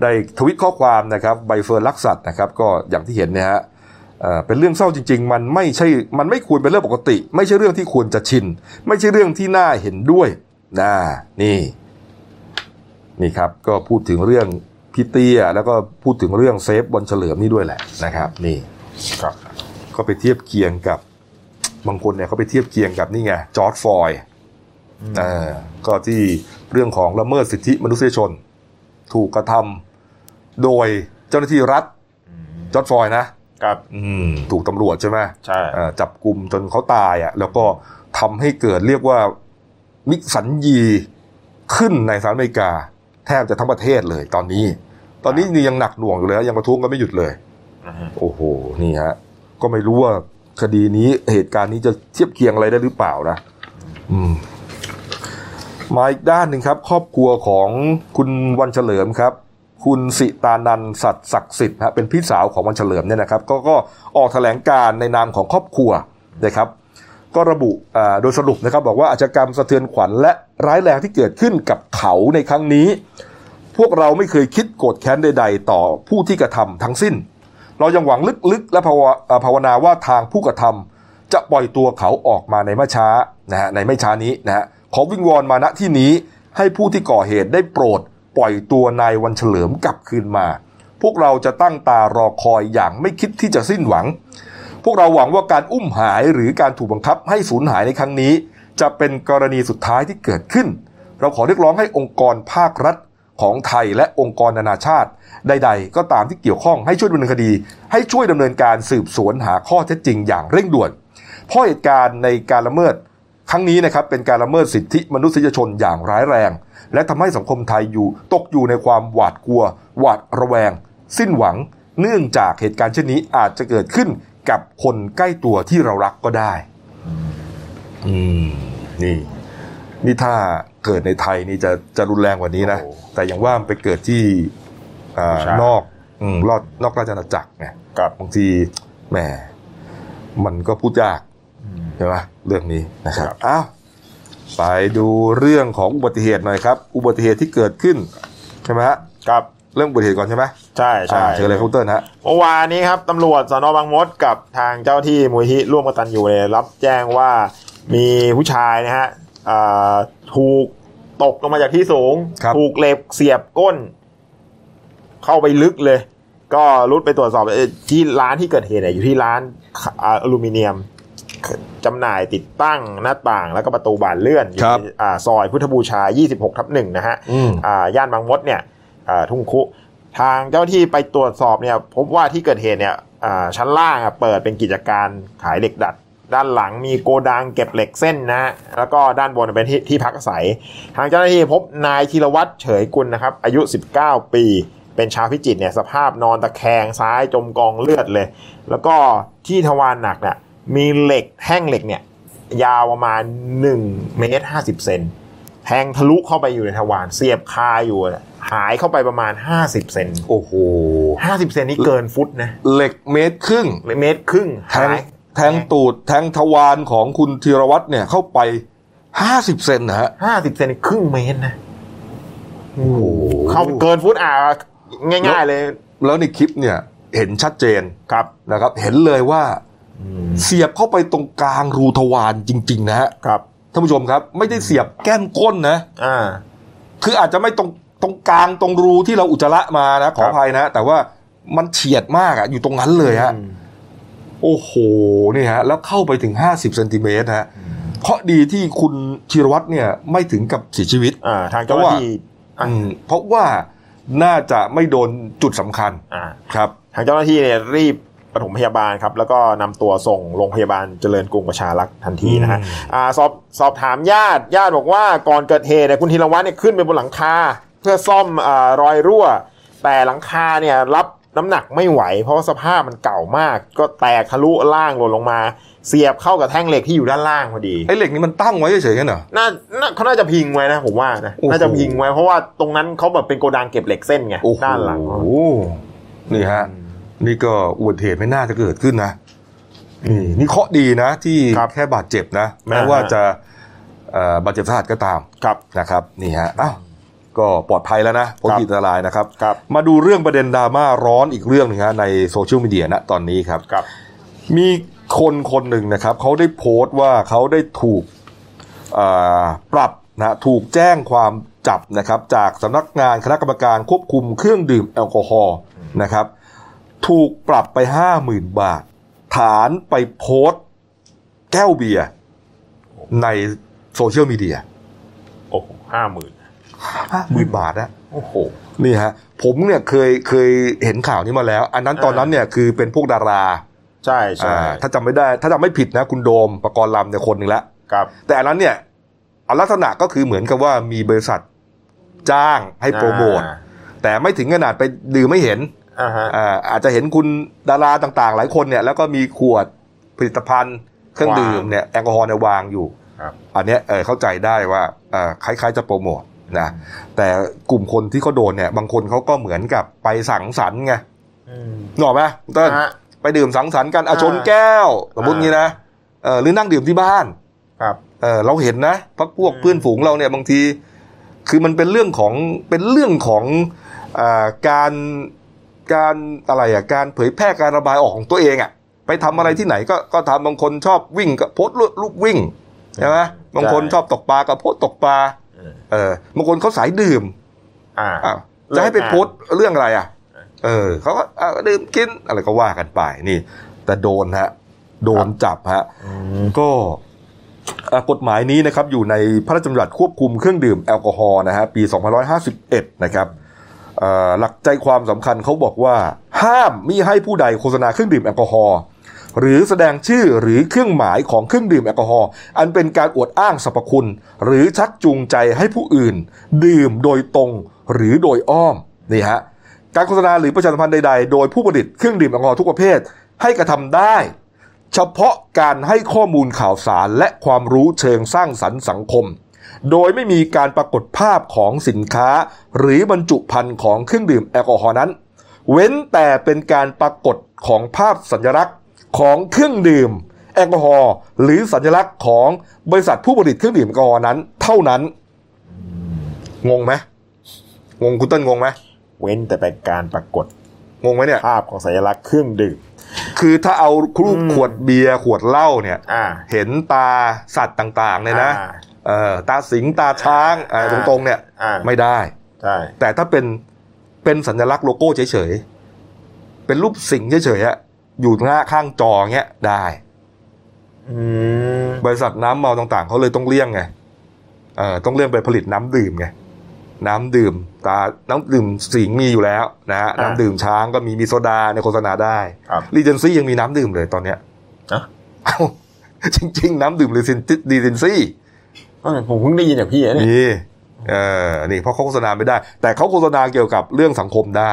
[SPEAKER 1] ได้ทวิตข้อความนะครับใบเฟิร์นรักสัตว์นะครับก็อย่างที่เห็นเนี่ยฮะเอ่อเป็นเรื่องเศร้าจริง ๆ มันไม่ใช่มันไม่ควรเป็นเรื่องปกติ ไม่ใช่เรื่องที่ควรจะชิน ไม่ใช่เรื่องที่น่าเห็นด้วยนะนี่ นี่ครับก็พูดถึงเรื่องพี่เตี้ยแล้วก็พูดถึงเรื่องเซฟบอลเฉลิมนี่ด้วยแหละนะครับ นี่
[SPEAKER 2] ครับ
[SPEAKER 1] ก็ไปเทียบเคียงกับบางคนเนี่ยเขาไปเทียบเคียงกับนี่ไงจอร์ดฟลอยด์เออก็ที่เรื่องของละเมิดสิทธิมนุษยชน ถูกกระทำโดยเจ้าหน้าที่รัฐจอร์ดฟลอยด์นะ
[SPEAKER 2] ครับ
[SPEAKER 1] อืมถูกตำรวจใช่ไหม
[SPEAKER 2] ใช่
[SPEAKER 1] เอ่อจับกลุ่มจนเขาตายอะ่ะ แล้วก็ทำให้เกิดเรียกว่านิสัญญีขึ้นในสหรัฐอเมริกา แทบจะทั้งประเทศเลยตอนนี้ ตอนนี้นี่ยังหนักหน่วงอยู่เลยฮะยังประท้วงกันไม่หยุดเลย
[SPEAKER 2] นะฮะ
[SPEAKER 1] โอ้โห นี่ฮะ ก็ไม่รู้ว่าคดีนี้เหตุการณ์นี้จะเทียบเคียงอะไรได้หรือเปล่านะ อืม มาอีกด้านหนึ่งครับ ครอบครัวของคุณวันเฉลิมครับ คุณสิตานันท์สัตย์ศักดิ์สิทธิ์ฮะเป็นพี่สาวของวันเฉลิมเนี่ยนะครับ ก็ก็ออกแถลงการในนามของครอบครัวนะครับ ก็ระบุอ่าโดยสรุปนะครับ บอกว่าอาชญากรรมสะเทือนขวัญและร้ายแรงที่เกิดขึ้นกับเขาในครั้งนี้ พวกเราไม่เคยคิดโกรธแค้นใด ๆ ต่อผู้ที่กระทำทั้งสิ้น เรายังหวังลึกๆ และภาวะเอ่อภาวนาว่าทางผู้กระทำจะปล่อยตัวเขาออกมาในไม่ช้านะฮะในไม่ช้านี้นะฮะขอวิงวอนมาณที่นี้ให้ผู้ที่ก่อเหตุได้โปรด ปล่อยตัวนายวันเฉลิมกลับคืนมา พวกเราจะตั้งตารอคอยอย่างไม่คิดที่จะสิ้นหวัง พวกเราหวังว่าการอุ้มหายหรือการถูกบังคับให้สูญหายในครั้งนี้ จะเป็นกรณีสุดท้ายที่เกิดขึ้น เราขอเรียกร้องให้องค์กรภาครัฐของไทยและองค์กรนานาชาติ ใด ๆ ก็ตามที่เกี่ยวข้องให้ช่วยดำเนินคดี ให้ช่วยดำเนินการสืบสวนหาข้อเท็จจริงอย่างเร่งด่วน เพราะเหตุการณ์ในการละเมิด ครั้งนี้นะครับเป็นการละเมิดสิทธิมนุษยชนอย่างร้ายแรง และทำให้สังคมไทยอยู่ตกอยู่ในความหวาดกลัว หวาดระแวง สิ้นหวัง เนื่องจากเหตุการณ์เช่นนี้อาจจะเกิดขึ้นกับคนใกล้ตัวที่เรารักก็ได้ อืม นี่ นี่ถ้าเกิดในไทยนี่จะจะรุนแรงกว่านี้นะ
[SPEAKER 2] โอ้โห
[SPEAKER 1] แต่อย่างว่ามันไปเกิดที่อ่า
[SPEAKER 2] ใช่
[SPEAKER 1] นอกอืมรอดนอกราชอาณาจักรไง
[SPEAKER 2] ครับ
[SPEAKER 1] บางทีแหมมันก็พูดยากใช่ไหมเรื่องนี้นะครับ
[SPEAKER 2] ครับ
[SPEAKER 1] อ้าวไปดูเรื่องของอุบัติเหตุหน่อยครับ อุบัติเหตุที่เกิดขึ้นใช่ไหมฮะ
[SPEAKER 2] ครับ
[SPEAKER 1] เรื่องอุบัติเหตุก่อนใช่ไหม
[SPEAKER 2] ใช่ใช่
[SPEAKER 1] อ่าเชิญเลยคุณเติ้ลฮะ
[SPEAKER 2] เมื่อวานนี้ครับตำรวจสนบางมดกับทางเจ้าที่มูลที่ร่วมกตันอยู่เนี่ยรับแจ้งว่ามีผู้ชายนะฮะอ่าถูกตกลงมาจากที่สูง
[SPEAKER 1] ครับ
[SPEAKER 2] ถูกเหล็บเสียบก้น เข้าไปลึกเลย ก็รุดไปตรวจสอบเอ่อที่ร้านที่เกิดเหตุเนี่ยอยู่ที่ร้านอาอลูมิเนียมจำหน่ายติดตั้งหน้าต่างแล้วก็ประตูบานเลื่อนอยู่
[SPEAKER 1] ครับ
[SPEAKER 2] ในอ่าซอยพุทธบูชา 26ทับหนึ่งนะฮะ
[SPEAKER 1] อืม
[SPEAKER 2] อ่าย่านบางมดเนี่ยอ่าทุ่งคุ ทางเจ้าหน้าที่ไปตรวจสอบเนี่ยพบว่าที่เกิดเหตุเนี่ยอ่าชั้นล่างอ่ะเปิดเป็นกิจการขายเหล็กดัด ด้านหลังมีโกดังเก็บเหล็กเส้นนะฮะแล้วก็ด้านบนเป็นที่ที่พักอาศัย ทางเจ้าหน้าที่พบนายธีรวัตรเฉยกุลนะครับ อายุ 19 ปี เป็นชาวพิจิตรเนี่ยสภาพนอนตะแคงซ้ายจมกองเลือดเลย แล้วก็ที่ทวารหนักเนี่ยมีเหล็กแท่งเหล็กเนี่ยยาวประมาณ1เมตร50เซน แทงทะลุเข้าไปอยู่ในทวารเสียบคาอยู่อะหายเข้าไปประมาณ 50 เซน
[SPEAKER 1] โอ้โห
[SPEAKER 2] 50 เซนนี่เกินฟุตนะ
[SPEAKER 1] เหล็กเมตรครึ่ง
[SPEAKER 2] เมตรครึ่ง
[SPEAKER 1] แทง
[SPEAKER 2] หาย
[SPEAKER 1] แทงตูดแทงทวารของคุณธีรวัตรเนี่ยเข้าไปห้าสิบเซนนะฮะ
[SPEAKER 2] 50 เซนนี่ครึ่งเมตรนะ
[SPEAKER 1] โอ้โห
[SPEAKER 2] เข้าเกินฟุตอ่ะง่าย ๆ เลย
[SPEAKER 1] แล้วในคลิปเนี่ย เห็นชัดเจน
[SPEAKER 2] ครับ
[SPEAKER 1] นะครับ เห็นเลยว่าเสียบเข้าไปตรงกลางรูทวารจริง ๆ นะฮะ
[SPEAKER 2] ครับ
[SPEAKER 1] ท่านผู้ชมครับไม่ได้เสียบแก้มก้นนะ
[SPEAKER 2] อ่า
[SPEAKER 1] คืออาจจะไม่ตรงตรงกลางตรงรูที่เราอุจจาระมานะขอ
[SPEAKER 2] ครับ
[SPEAKER 1] อภัยนะ แต่ว่ามันเฉียดมากอะอยู่ตรงนั้นเลยฮะ
[SPEAKER 2] อืม
[SPEAKER 1] โอ้โหนี่ฮะแล้วเข้าไปถึง 50เซนติเมตรฮะเพราะดีที่คุณธีรวัตรเนี่ยไม่ถึงกับเสียชีวิต
[SPEAKER 2] อ่าทางเจ้าหน้าที่อ่ะ
[SPEAKER 1] อืมเพราะว่าน่าจะไม่โดนจุดสำคัญ
[SPEAKER 2] อ่า
[SPEAKER 1] ครับ
[SPEAKER 2] ทางเจ้าหน้าที่เนี่ยรีบปฐมพยาบาลครับ แล้วก็นำตัวส่งโรงพยาบาลเจริญกรุงประชารักษ์ทันทีนะฮะ
[SPEAKER 1] อืม
[SPEAKER 2] อ่าสอบสอบถามญาติญาติบอกว่าก่อนเกิดเหตุเนี่ยคุณธีรวัตรเนี่ยขึ้นไปบนหลังคา เพื่อซ่อมอารอยรั่ว แต่หลังคาเนี่ยรับน้ำหนักไม่ไหว เพราะว่าสภาพมันเก่ามาก ก็แตกทะลุล่างหล่นลงมา เสียบเข้ากับแท่งเหล็กที่อยู่ด้านล่างพอดี
[SPEAKER 1] ไอ้เหล็กนี้มันตั้งไว้เฉยๆกันเหรอ
[SPEAKER 2] น่าน่าเขาน่าจะพิงไว้นะผมว่านะ
[SPEAKER 1] โอ้โห
[SPEAKER 2] น่าจะพิงไว้เพราะว่าตรงนั้นเขาแบบเป็นโกดังเก็บเหล็กเส้นไง
[SPEAKER 1] โอ้โห
[SPEAKER 2] ด้านหลัง
[SPEAKER 1] นี่ฮะ นี่ก็อุบัติเหตุไม่น่าจะเกิดขึ้นนะ นี่นี่เคราะห์ดีนะ ที่
[SPEAKER 2] ครับ
[SPEAKER 1] แค่บาดเจ็บนะแม้
[SPEAKER 2] อ่าฮะ
[SPEAKER 1] ว่าจะเอ่อบาดเจ็บสาหัสก็ตาม
[SPEAKER 2] ครับ
[SPEAKER 1] นะครับนี่ฮะอ้าวก็ปลอดภัยแล้วนะพ้นขีดอันตรายนะครับ
[SPEAKER 2] ครับ
[SPEAKER 1] มาดูเรื่องประเด็นดราม่าร้อนอีกเรื่องหนึงฮะในโซเชียลมีเดียนะตอนนี้ครับ
[SPEAKER 2] ครับ
[SPEAKER 1] มีคนคนหนึ่งนะครับเขาได้โพสต์ว่าเขาได้ถูกอ่าปรับนะถูกแจ้งความจับนะครับ จากสำนักงานคณะกรรมการควบคุมเครื่องดื่มแอลกอฮอล์นะครับ ถูกปรับไป 50,000 บาท ฐานไปโพสต์แก้วเบียร์ในโซเชียลมีเดีย
[SPEAKER 2] โอ้โหห้าหมื่น
[SPEAKER 1] ห้าหมื่นบาทนะ
[SPEAKER 2] โอ้โห
[SPEAKER 1] นี่ฮะผมเนี่ยเคยเคยเห็นข่าวนี้มาแล้ว อันนั้นตอนนั้นเนี่ยคือเป็นพวกดารา
[SPEAKER 2] ใช่ใช่
[SPEAKER 1] อ่าถ้าจำไม่ได้ ถ้าจำไม่ผิดนะคุณโดมประกรณ์ลำเนี่ยคนหนึ่งละ
[SPEAKER 2] ครับ
[SPEAKER 1] แต่อันนั้นเนี่ยเอาลักษณะก็คือเหมือนกับว่ามีบริษัทจ้างให้โปรโมท
[SPEAKER 2] อ่า
[SPEAKER 1] แต่ไม่ถึงขนาดไปดื่มไม่เห็น
[SPEAKER 2] อ่าฮะ
[SPEAKER 1] อ่าอาจจะเห็นคุณดาราต่างๆ หลายคนเนี่ยแล้วก็มีขวดผลิตภัณฑ์เครื่องดื่มเนี่ยแอลกอฮอล์เนี่ยวางอยู่
[SPEAKER 2] ครับ
[SPEAKER 1] อันเนี้ยเออเข้าใจได้ว่าเอ่อคล้ายๆจะโปรโมทนะแต่กลุ่มคนที่เขาโดนเนี่ยบางคนเขาก็เหมือนกับไปสังสรรค์ไง
[SPEAKER 2] อืม
[SPEAKER 1] หนกออกไหมคุณเต้น
[SPEAKER 2] นะฮะ
[SPEAKER 1] ไปดื่มสังสรรค์กันอะ
[SPEAKER 2] อ่า
[SPEAKER 1] ชนแก้วสมมติ
[SPEAKER 2] อ่า
[SPEAKER 1] งี้นะเออหรือนั่งดื่มที่บ้าน
[SPEAKER 2] ครับ
[SPEAKER 1] เออเราเห็นนะพักพวก
[SPEAKER 2] อืม
[SPEAKER 1] เพื่อนฝูงเราเนี่ยบางที คือมันเป็นเรื่องของเป็นเรื่องของอาการการอะไรอ่ะการเผยแพร่การระบายออกของตัวเองอ่ะไปทำอะไรที่ไหนก็ก็ทำบางคนชอบวิ่งก็โพสต์รูปวิ่ง ใช่ไหมบางคนชอบตกปลากับโพสต์ตกปลา เออบางคนเขาสายดื่ม
[SPEAKER 2] อ่า
[SPEAKER 1] อ้าวจะให้ไปโพสต์เรื่องอะไรอ่ะ เออเขาก็อ่ะดื่มกินอะไรก็ว่ากันไปนี่ แต่โดนฮะ โดนจับฮะ ก็อ่ะกฎหมายนี้นะครับอยู่ในพระราชบัญญัติควบคุมเครื่องดื่มแอลกอฮอล์นะฮะปี 2551 นะครับเอ่อหลักใจความสำคัญเขาบอกว่า ห้ามมิให้ผู้ใดโฆษณาเครื่องดื่มแอลกอฮอล์หรือแสดงชื่อหรือเครื่องหมายของเครื่องดื่มแอลกอฮอล์อันเป็นการอวดอ้างสรรพคุณ หรือชักจูงใจให้ผู้อื่น ดื่มโดยตรงหรือโดยอ้อมนี่ฮะการโฆษณาหรือประชาสัมพันธ์ใดๆ โดยผู้ผลิตเครื่องดื่มแอลกอฮอล์ทุกประเภทให้กระทำได้ เฉพาะการให้ข้อมูลข่าวสารและความรู้เชิงสร้างสรรค์สังคม โดยไม่มีการปรากฏภาพของสินค้า หรือบรรจุภัณฑ์ของเครื่องดื่มแอลกอฮอล์นั้น เว้นแต่เป็นการปรากฏของภาพสัญลักษณ์ของเครื่องดื่มแอลกอฮอล์หรือสัญลักษณ์ของบริษัทผู้ผลิตเครื่องดื่มแอลกอฮอล์นั้น เท่านั้น งงไหมงงคุณเต้นงงไหม
[SPEAKER 2] เว้นแต่เป็นการปรากฏ
[SPEAKER 1] งงไหมเนี่ย
[SPEAKER 2] ภาพของสัญลักษณ์เครื่องดื่ม
[SPEAKER 1] คือถ้าเอารูป
[SPEAKER 2] อืม
[SPEAKER 1] ขวดเบียร์ขวดเหล้าเนี่ย
[SPEAKER 2] อ่า
[SPEAKER 1] เห็นตาสัตว์ต่างๆเนี่ยนะ
[SPEAKER 2] อ่า
[SPEAKER 1] เออตาสิงห์ตาช้างอ่า
[SPEAKER 2] อ่า
[SPEAKER 1] ตรงๆเนี่ย
[SPEAKER 2] อ่า
[SPEAKER 1] ไม่ได้
[SPEAKER 2] ใช่
[SPEAKER 1] แต่ถ้าเป็นเป็นสัญลักษณ์โลโก้เฉยๆ เป็นรูปสิงห์เฉยๆอะอยู่หน้าข้างจอเงี้ยได้
[SPEAKER 2] อืม
[SPEAKER 1] บริษัทน้ำเมาต่างๆ เขาเลยต้องเลี่ยงไงเออต้องเลี่ยงไปผลิตน้ำดื่มไงน้ำดื่มตาน้ำดื่มสิงห์มีอยู่แล้วนะฮะน้ำดื่มช้างก็มีมีโซดาในโฆษณาได้
[SPEAKER 2] ครับ
[SPEAKER 1] รีเจนซี่ยังมีน้ำดื่มเลยตอนเนี้ย
[SPEAKER 2] ฮะ
[SPEAKER 1] เอ้า จริง ๆ น้ำดื่มรีเจนรีเจนซี่
[SPEAKER 2] เอ้ยผมเพิ่งได้ยินจากพี่เนี่ย
[SPEAKER 1] มีเออนี่เพราะเขาโฆษณาไม่ได้ แต่เขาโฆษณาเกี่ยวกับเรื่องสังคมได้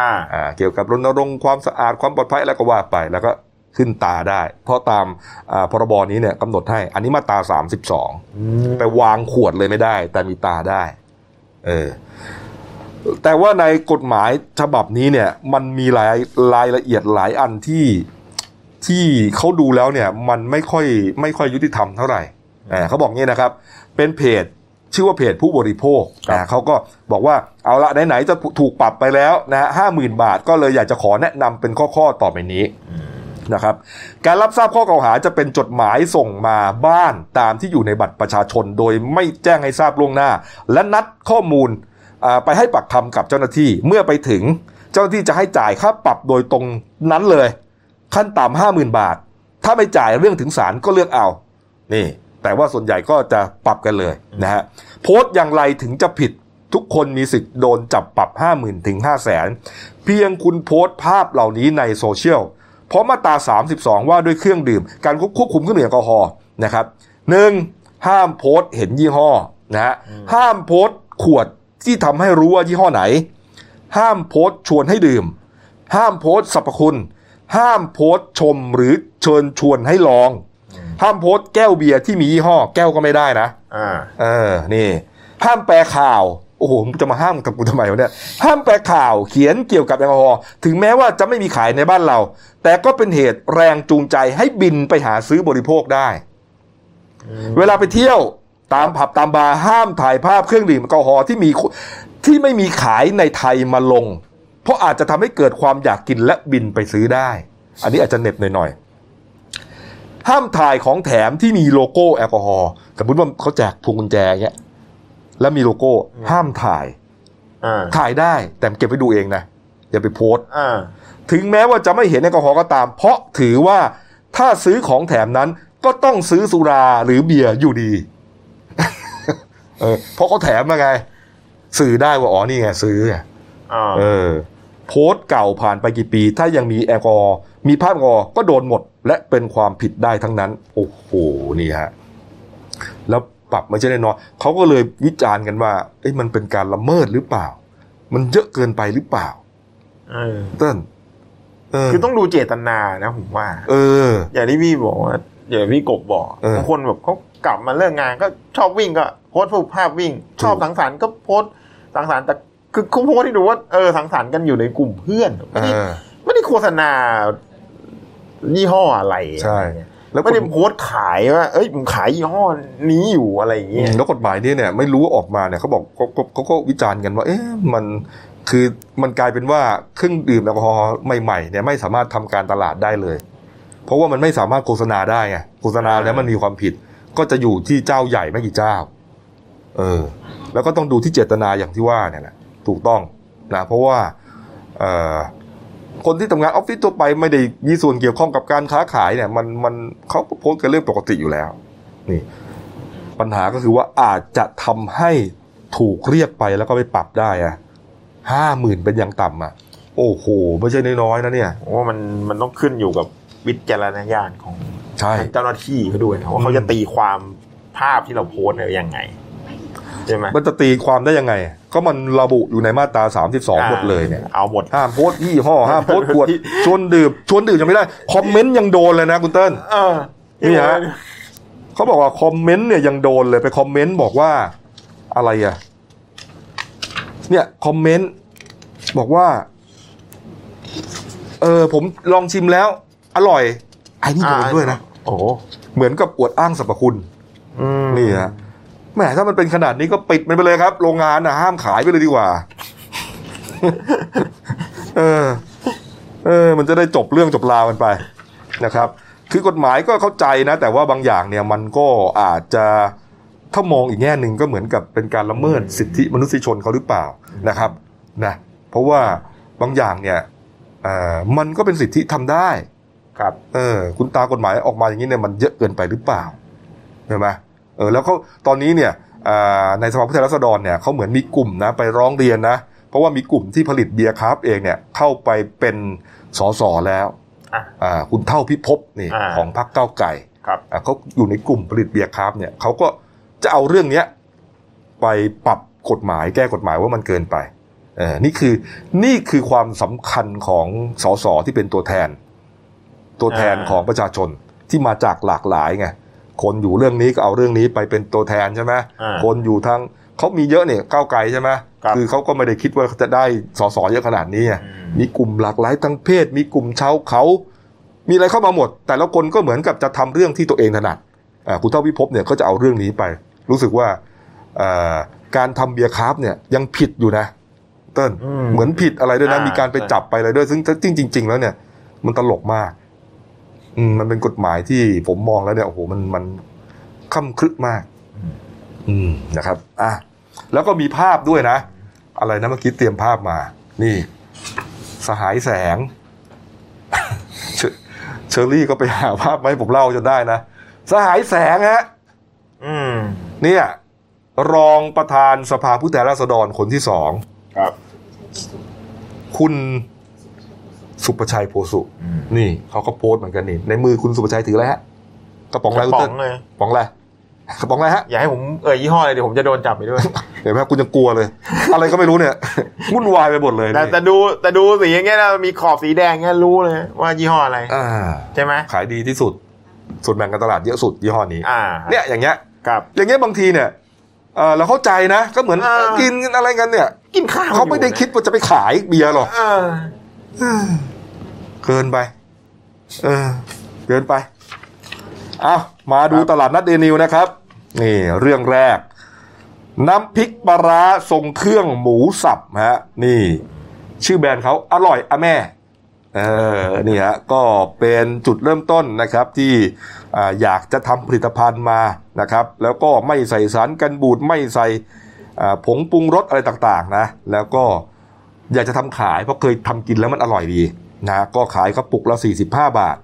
[SPEAKER 2] อ่า
[SPEAKER 1] อ่าเกี่ยวกับรณรงค์ความสะอาดความปลอดภัยแล้วก็ว่าไป แล้วก็ขึ้นตาได้ เพราะตามอ่าพรบนี้เนี่ยกำหนดให้ อันนี้มาตรา32 ไปวางขวดเลยไม่ได้ แต่มีตาได้เออแต่ว่าในกฎหมายฉบับนี้เนี่ย มันมีรายรายละเอียดหลายอันที่ที่เขาดูแล้วเนี่ย มันไม่ค่อยไม่ค่อยยุติธรรมเท่าไหร่เออเขาบอกงี้นะครับ เป็นเพจชื่อว่าเพจผู้บริโภค
[SPEAKER 2] ครับ
[SPEAKER 1] นะเขาก็บอกว่าเอาละไหนๆจะถูกปรับไปแล้วนะห้าหมื่นบาทก็เลยอยากจะขอแนะนำเป็นข้อๆต่อไปนี้นะครับ การรับทราบข้อกล่าวหาจะเป็นจดหมายส่งมาบ้านตามที่อยู่ในบัตรประชาชนโดยไม่แจ้งให้ทราบล่วงหน้า และนัดข้อมูลอ่าไปให้ปักคำกับเจ้าหน้าที่เมื่อไปถึงเจ้าหน้าที่จะให้จ่ายค่าปรับโดยตรงนั้นเลย ขั้นต่ำห้าหมื่นบาท ถ้าไม่จ่ายเรื่องถึงศาลก็เลือกเอา นี่ แต่ว่าส่วนใหญ่ก็จะปรับกันเลยนะฮะโพสต์อย่างไรถึงจะผิดทุกคนมีสิทธิ์โดนจับปรับ 5 0,000ถึง5 0 0แสนเพียงคุณโพสต์ภาพเหล่านี้ในโซเชียล เพราะมาตรา 32 ว่าด้วยเครื่องดื่ม การควบคุมเครื่องดื่มแอลกอฮอล์นะครับหนึ่งห้ามโพสต์เห็นยี่ห้อนะฮะห้ามโพสต์ขวดที่ทำให้รู้ว่ายี่ห้อไหน ห้ามโพสต์ชวนให้ดื่ม ห้ามโพสต์สรรพคุณ ห้ามโพสต์ชมหรือเชิญชวนให้ลอง ห้ามโพสต์แก้วเบียร์ที่มียี่ห้อ แก้วก็ไม่ได้นะ
[SPEAKER 2] อ่า
[SPEAKER 1] เออ นี่ ห้ามแปลข่าว โอ้โหมึงจะมาห้ามกับกูทำไมวะเนี่ยห้ามแปลข่าวเขียนเกี่ยวกับแอลกอฮอล์ถึงแม้ว่าจะไม่มีขายในบ้านเรา แต่ก็เป็นเหตุแรงจูงใจให้บินไปหาซื้อบริโภคได้ เวลาไปเที่ยวตามผับตามบาร์ห้ามถ่ายภาพเครื่องดื่มแอลกอฮอล์ที่มีที่ไม่มีขายในไทยมาลง เพราะอาจจะทำให้เกิดความอยากกินและบินไปซื้อได้ อันนี้อาจจะเหน็บหน่อยๆห้ามถ่ายของแถมที่มีโลโก้แอลกอฮอล์สมมติว่าเขาแจกพวงกุญแจเงี้ยแล้วมีโลโก้ห้ามถ่าย
[SPEAKER 2] อ่า
[SPEAKER 1] ถ่ายได้แต่เก็บไว้ดูเองนะอย่าไปโพสต์
[SPEAKER 2] อ่า
[SPEAKER 1] ถึงแม้ว่าจะไม่เห็นแอลกอฮอล์ก็ตาม เพราะถือว่าถ้าซื้อของแถมนั้นก็ต้องซื้อสุราหรือเบียร์อยู่ดี เออเพราะเขาแถมมาไง สื่อได้ว่าอ๋อนี่ไงซื้อไง
[SPEAKER 2] อ่า
[SPEAKER 1] เออ โพสต์เก่าผ่านไปกี่ปี ถ้ายังมีแอลกอฮอล์มีภาพแอลกอฮอล์ก็โดนหมด และเป็นความผิดได้ทั้งนั้น โอ้โหนี่ฮะแล้วปรับไม่ใช่น้อยๆเขาก็เลยวิจารณ์กันว่าเอ้ยมันเป็นการละเมิดหรือเปล่า มันเยอะเกินไปหรือเปล่า
[SPEAKER 2] เออ
[SPEAKER 1] เต้นเ
[SPEAKER 2] คือต้องดูเจตนานะผมว่า
[SPEAKER 1] เออ
[SPEAKER 2] อย่างที่พี่บอกว่าอย่างที่พี่กบบอก
[SPEAKER 1] เออบ
[SPEAKER 2] างคนแบบเขากลับมาเลิกงานก็ชอบวิ่งก็โพสต์รูปภาพวิ่ง ชอบสังสรรค์ก็โพสต์สังสรรค์แต่คือคุณโพสต์ให้ดูว่าเออสังสรรค์กันอยู่ในกลุ่มเพื่อนไม่ได้
[SPEAKER 1] เออ
[SPEAKER 2] ไม่ได้โฆษณายี่ห้ออะไร
[SPEAKER 1] ใช่
[SPEAKER 2] อะไรเงี้ย
[SPEAKER 1] แล้ว
[SPEAKER 2] ไม่ได้โพสต์ขายว่าเอ้ยผมขายยี่ห้อนี้อยู่อะไรอย่างเงี้ย
[SPEAKER 1] แล้วกฎหมายนี้เนี่ยไม่รู้ว่าออกมาเนี่ยเขาบอกเขาเขาเขาก็วิจารณ์กันว่า เอ๊ะมันคือมันกลายเป็นว่าเครื่องดื่มแอลกอฮอล์ใหม่ๆเนี่ยไม่สามารถทำการตลาดได้เลย เพราะว่ามันไม่สามารถโฆษณาได้ไงโฆษณาแล้วมันมีความผิด ก็จะอยู่ที่เจ้าใหญ่ไม่กี่เจ้า เออ แล้วก็ต้องดูที่เจตนาอย่างที่ว่าเนี่ยแหละถูกต้องนะเพราะว่าเอ่อคนที่ทำงานออฟฟิศทั่วไปไม่ได้มีส่วนเกี่ยวข้องกับการค้าขายเนี่ย มันมันเขาก็โพสต์กันเรื่องปกติอยู่แล้ว นี่ ปัญหาก็คือว่าอาจจะทำให้ถูกเรียกไปแล้วก็ไปปรับได้อะห้าหมื่นเป็นอย่างต่ำอะโอ้โห ไม่ใช่น้อยๆนะเนี่ย
[SPEAKER 2] ผมว่ามันมันต้องขึ้นอยู่กับวิจารณญาณของ
[SPEAKER 1] ใช่
[SPEAKER 2] เจ้าหน้าที่เขาด้วยนะว่าเขาจะตีความภาพที่เราโพสต์เนี่ยยังไงใช่ไหม
[SPEAKER 1] มันจะตีความได้ยังไง ก็มันระบุอยู่ในมาตรา 32 หมดเลยเนี่ย
[SPEAKER 2] เอาหมด
[SPEAKER 1] ห้ามโพสต์ยี่ห้อ ห้ามโพสต์ ขวด
[SPEAKER 2] ที่
[SPEAKER 1] ชวนดื่ม ชวนดื่มยังไม่ได้ คอมเมนต์ยังโดนเลยนะคุณเติ้ล
[SPEAKER 2] เออ
[SPEAKER 1] นี่ฮะ เขาบอกว่าคอมเมนต์เนี่ยยังโดนเลยไปคอมเมนต์บอกว่าอะไรอะเนี่ยคอมเมนต์บอกว่า เออผมลองชิมแล้ว อร่อย ไอ้นี่โดนด้วยนะ
[SPEAKER 2] โอ้โห
[SPEAKER 1] เหมือนกับอวดอ้างสรรพคุณ
[SPEAKER 2] อืม
[SPEAKER 1] นี่ฮะแหมถ้ามันเป็นขนาดนี้ก็ปิดมันไปเลยครับ โรงงานนะห้ามขายไปเลยดีกว่า เออ เออ มันจะได้จบเรื่องจบราวกันไปนะครับ คือกฎหมายก็เข้าใจนะ แต่ว่าบางอย่างเนี่ยมันก็อาจจะถ้ามองอีกแง่หนึ่งก็เหมือนกับเป็นการละเมิดสิทธิมนุษยชนเขาหรือเปล่านะครับนะเพราะว่าบางอย่างเนี่ยเอ่อมันก็เป็นสิทธิทำได้
[SPEAKER 2] ครับ
[SPEAKER 1] เออคุณตากฎหมายออกมาอย่างนี้เนี่ยมันเยอะเกินไปหรือเปล่าใช่ไหมเออแล้วก็ตอนนี้เนี่ยอ่าในสภาผู้แทนราษฎรเนี่ยเขาเหมือนมีกลุ่มนะไปร้องเรียนนะ เพราะว่ามีกลุ่มที่ผลิตเบียร์คราฟต์เองเนี่ยเข้าไปเป็นสสแล้ว
[SPEAKER 2] อ่ะ
[SPEAKER 1] อ่าคุณเท่าพิภพนี่
[SPEAKER 2] อ่า
[SPEAKER 1] ของพรรคก้าวไก่
[SPEAKER 2] ครับ
[SPEAKER 1] อ่าเขาอยู่ในกลุ่มผลิตเบียร์คราฟต์เนี่ยเขาก็จะเอาเรื่องเนี้ยไปปรับกฎหมายแก้กฎหมายว่ามันเกินไปเออนี่คือนี่คือความสำคัญของสสที่เป็นตัวแทน ตัวแทนของประชาชนที่มาจากหลากหลายไง คนอยู่เรื่องนี้ก็เอาเรื่องนี้ไปเป็นตัวแทนใช่ไหม
[SPEAKER 2] อ่า
[SPEAKER 1] คนอยู่ทางเขามีเยอะเนี่ยก้าวไกลใช่ไหม
[SPEAKER 2] ครับ
[SPEAKER 1] อเขาก็ไม่ได้คิดว่าจะได้สสเยอะขนาดนี้ไงมีกลุ่มหลากหลายทั้งเพศ มีกลุ่มชาวเขา มีอะไรเข้ามาหมด แต่และคนก็เหมือนกับจะทำเรื่องที่ตัวเองถนัดอ่าคุณเท่าพิภพเนี่ยก็จะเอาเรื่องนี้ไป รู้สึกว่าเอ่อการทำเบียร์คราฟต์เนี่ยยังผิดอยู่นะ เติ้ล
[SPEAKER 2] อืม
[SPEAKER 1] เหมือนผิดอะไรด้วยนะ
[SPEAKER 2] อ่ามี
[SPEAKER 1] มีการไปจับไปอะไรด้วยซึ่งซึ่งจริง ๆ แล้วเนี่ย มันตลกมาก อืมมันเป็นกฎหมายที่ผมมองแล้วเนี่ยโอ้โหมันมันค่ำครึกมาก อืมนะครับ อ่ะแล้วก็มีภาพด้วยนะ อะไรนะเมื่อกี้เตรียมภาพมา นี่ สหายแสง เชเชอรี่ก็ไปหาภาพมาให้ผมเล่าจนได้นะ สหายแสงฮะ
[SPEAKER 2] อืม
[SPEAKER 1] เนี่ย รองประธานสภาผู้แทนราษฎรคนที่สอง
[SPEAKER 2] ครับ
[SPEAKER 1] คุณสุประชัยโพสุ นี่เขาก็โพสต์เหมือนกันนี่ ในมือคุณสุประชัยถืออะไรฮะกระป๋องอะไร
[SPEAKER 2] กระ
[SPEAKER 1] คุณ
[SPEAKER 2] ป๋อ
[SPEAKER 1] เติ้
[SPEAKER 2] ง
[SPEAKER 1] ล
[SPEAKER 2] เลย
[SPEAKER 1] กระป๋องอะไรกระป๋องอะไรฮะ
[SPEAKER 2] อย่าให้ผมเอ่ยยี่ห้อเลยเดี๋ยวผมจะโดนจับไปด้วย
[SPEAKER 1] เห็นไหมคุณยังกลัวเลย อะไรก็ไม่รู้เนี่ย วุ่นวายไปหมดเลย
[SPEAKER 2] แต่
[SPEAKER 1] นี่
[SPEAKER 2] แต่ดูแต่ดูสีอย่างเงี้ยนะมีขอบสีแดงเงี้ยรู้เลยว่ายี่ห้ออะไร
[SPEAKER 1] อ่า
[SPEAKER 2] ใช่ไหม
[SPEAKER 1] ขายดีที่สุด ส่วนแบ่งการตลาดเยอะสุดยี่ห้อนี้
[SPEAKER 2] อ่า
[SPEAKER 1] เนี่ยอย่างเงี้ย
[SPEAKER 2] ครับ
[SPEAKER 1] อย่างเงี้ยบางทีเนี่ย เออเราเข้าใจนะก็เหมือน
[SPEAKER 2] อ่า
[SPEAKER 1] กินอะไรกันเนี่ย
[SPEAKER 2] กินข้าว
[SPEAKER 1] เขาไม่ได้คิดว่าจะไปขายเบียร์หรอก
[SPEAKER 2] อ่า
[SPEAKER 1] เกินไป เออเกินไปเอามาดูตลาดนัดเดนิวนะครับนี่เรื่องแรก น้ำพริกปลาร้าทรงเครื่องหมูสับฮะนี่ ชื่อแบรนด์เขาอร่อยอะแม่ เออนี่ฮะก็เป็นจุดเริ่มต้นนะครับที่อ่าอยากจะทำผลิตภัณฑ์มานะครับ แล้วก็ไม่ใส่สารกันบูดไม่ใส่อ่าผงปรุงรสอะไรต่างๆนะแล้วก็อยากจะทำขายเพราะเคยทำกินแล้วมันอร่อยดีนะก็ขายกระปุกละ 45 บาท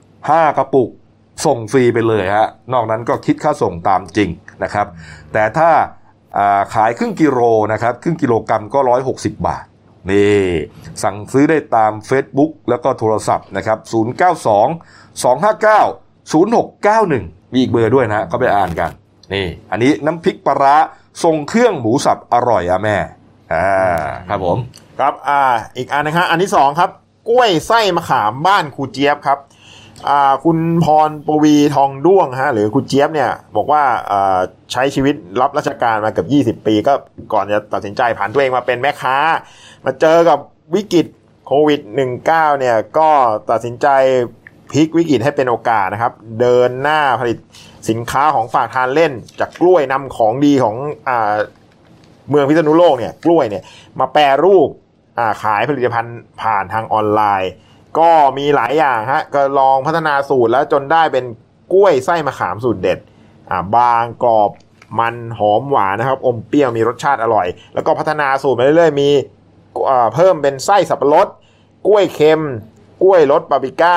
[SPEAKER 1] 5 กระปุกส่งฟรีไปเลยฮะนอกนั้นก็คิดค่าส่งตามจริงนะครับ แต่ถ้าอ่าขายครึ่งกิโลนะครับครึ่งกิโลกรรัมก็ 160 บาท นี่สั่งซื้อได้ตาม Facebook แล้วก็โทรศัพท์นะครับ 092 259 0691 มีอีกเบอร์ด้วยนะก็ไปอ่านกัน นี่อันนี้น้ำพริกปลาร้าทรงเครื่องหมูสับอร่อยอะแม่ อ่าครับผม
[SPEAKER 2] ครับอ่าอีกอันนะฮะอันที่สองครับ กล้วยไส้มะขามบ้านครูเจี๊ยบครับอ่าคุณพรปวีทองด้วงฮะหรือครูเจี๊ยบเนี่ยบอกว่าอ่าใช้ชีวิตรับราชการมาเกือบ20 ปี ก็ก่อนจะตัดสินใจผ่านตัวเองมาเป็นแม่ค้า มาเจอกับวิกฤตโควิด -19 เนี่ยก็ตัดสินใจพลิกวิกฤตให้เป็นโอกาสนะครับ เดินหน้าผลิตสินค้าของฝากทานเล่น จากกล้วยนำของดีของอ่า เมืองพิษณุโลกเนี่ยกล้วยเนี่ยมาแปรรูปอ่าขายผลิตภัณฑ์ผ่านทางออนไลน์ ก็มีหลายอย่างฮะก็ลองพัฒนาสูตรแล้วจนได้เป็นกล้วยไส้มะขามสูตรเด็ดอ่าบางกรอบมันหอมหวานนะครับ อมเปรี้ยวมีรสชาติอร่อย แล้วก็พัฒนาสูตรมาเรื่อยๆมีอ่าเพิ่มเป็นไส้สับปะรด กล้วยเค็ม กล้วยรสปาปริก้า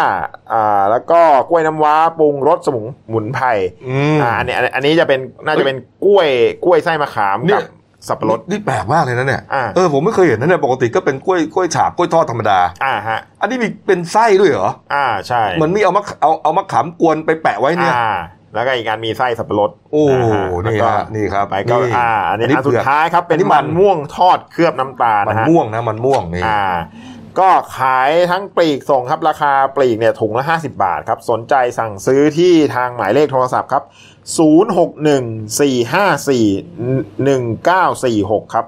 [SPEAKER 2] อ่าแล้วก็กล้วยน้ำว้าปรุงรสสมุนหมุนไพร
[SPEAKER 1] อืม
[SPEAKER 2] อ่าอันนี้อันนี้จะเป็นน่าจะเป็นกล้วยกล้วยไส้มะขามกับสับปะรด
[SPEAKER 1] นี่แปลกมากเลยนะเนี่ย
[SPEAKER 2] อ่า
[SPEAKER 1] เออผมไม่เคยเห็นนะเนี่ยปกติก็เป็นกล้วยกล้วยฉาบกล้วยทอดธรรมดา
[SPEAKER 2] อ่าฮะ
[SPEAKER 1] อันนี้มีเป็นไส้ด้วยเหรอ
[SPEAKER 2] อ่าใช่
[SPEAKER 1] เหมือนมีเอามะเอาเอามะขามกวนไปแปะไว้เนี่ย
[SPEAKER 2] อ่า แล้วก็อีกงานมีไส้สับปะรด
[SPEAKER 1] โอ้
[SPEAKER 2] าฮะ
[SPEAKER 1] นี่
[SPEAKER 2] แล้วก็
[SPEAKER 1] ฮะนี่ครับ
[SPEAKER 2] ไปก็
[SPEAKER 1] นี่
[SPEAKER 2] อ่า อันนี้
[SPEAKER 1] อันนี้
[SPEAKER 2] อันสุ
[SPEAKER 1] เผื
[SPEAKER 2] ด
[SPEAKER 1] อก
[SPEAKER 2] ท้ายครับ
[SPEAKER 1] อั
[SPEAKER 2] เป็น น
[SPEAKER 1] นี้มั
[SPEAKER 2] มัน นม่วงทอดเคลือบน้ำตาล
[SPEAKER 1] มัน
[SPEAKER 2] นะฮะ
[SPEAKER 1] ม่วงนะมันม่วงนี่
[SPEAKER 2] อ่า ก็ขายทั้งปลีกส่งครับราคาปลีกเนี่ยถุงละ 50 บาทครับ สนใจสั่งซื้อที่ทางหมายเลขโทรศัพท์ครับ 0614541946 ครับ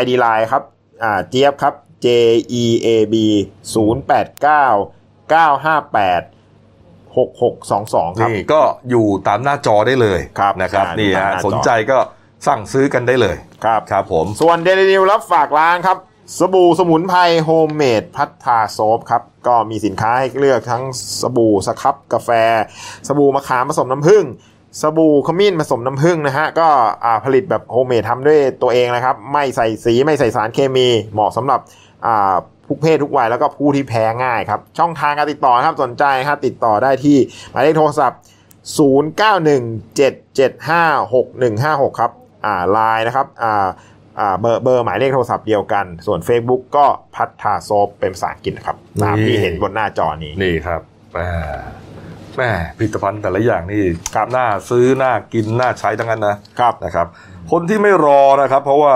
[SPEAKER 2] ID Line ครับอ่าเจี๊ยบครับ J E A B 089 958 6622 ครับ
[SPEAKER 1] นี่ก็อยู่ตามหน้าจอได้เลย
[SPEAKER 2] ครับ
[SPEAKER 1] นะครับ
[SPEAKER 2] ใช่
[SPEAKER 1] นี่ฮะ
[SPEAKER 2] ตามหน้าจอ
[SPEAKER 1] สนใจก็สั่งซื้อกันได้เลย
[SPEAKER 2] ครับ
[SPEAKER 1] ครับผม
[SPEAKER 2] ส่วนเดลินิวรับฝากร้านครับ สบู่สมุนไพรโฮมเมดพัฒนาโซฟครับ ก็มีสินค้าให้เลือกทั้งสบู่สครับกาแฟ สบู่มะขามผสมน้ำผึ้งสบู่ขมิ้นผสมน้ำผึ้งนะฮะ ก็อ่าผลิตแบบโฮมเมดทำด้วยตัวเองนะครับ ไม่ใส่สีไม่ใส่สารเคมีเหมาะสำหรับอ่าทุกเพศทุกวัยแล้วก็ผู้ที่แพ้ง่ายครับ ช่องทางการติดต่อนะครับสนใจครับติดต่อได้ที่หมายเลขโทรศัพท์ 0917756156 ครับ อ่าไลน์นะครับ อ่า อ่า เบอร์ เบอร์ หมายเลขโทรศัพท์เดียวกัน ส่วน Facebook ก็พัฒนาโซฟเป็นภาษาอังกฤษนะครับ ตาม
[SPEAKER 1] นี่
[SPEAKER 2] ที่เห็นบนหน้าจอนี้
[SPEAKER 1] นี่ครับแหม่แหม่ผลิตภัณฑ์แต่ละอย่างนี่
[SPEAKER 2] ครับ
[SPEAKER 1] น่าซื้อน่ากินน่าใช้ทั้งนั้นนะครับ นะครับ คนที่ไม่รอนะครับ เพราะว่า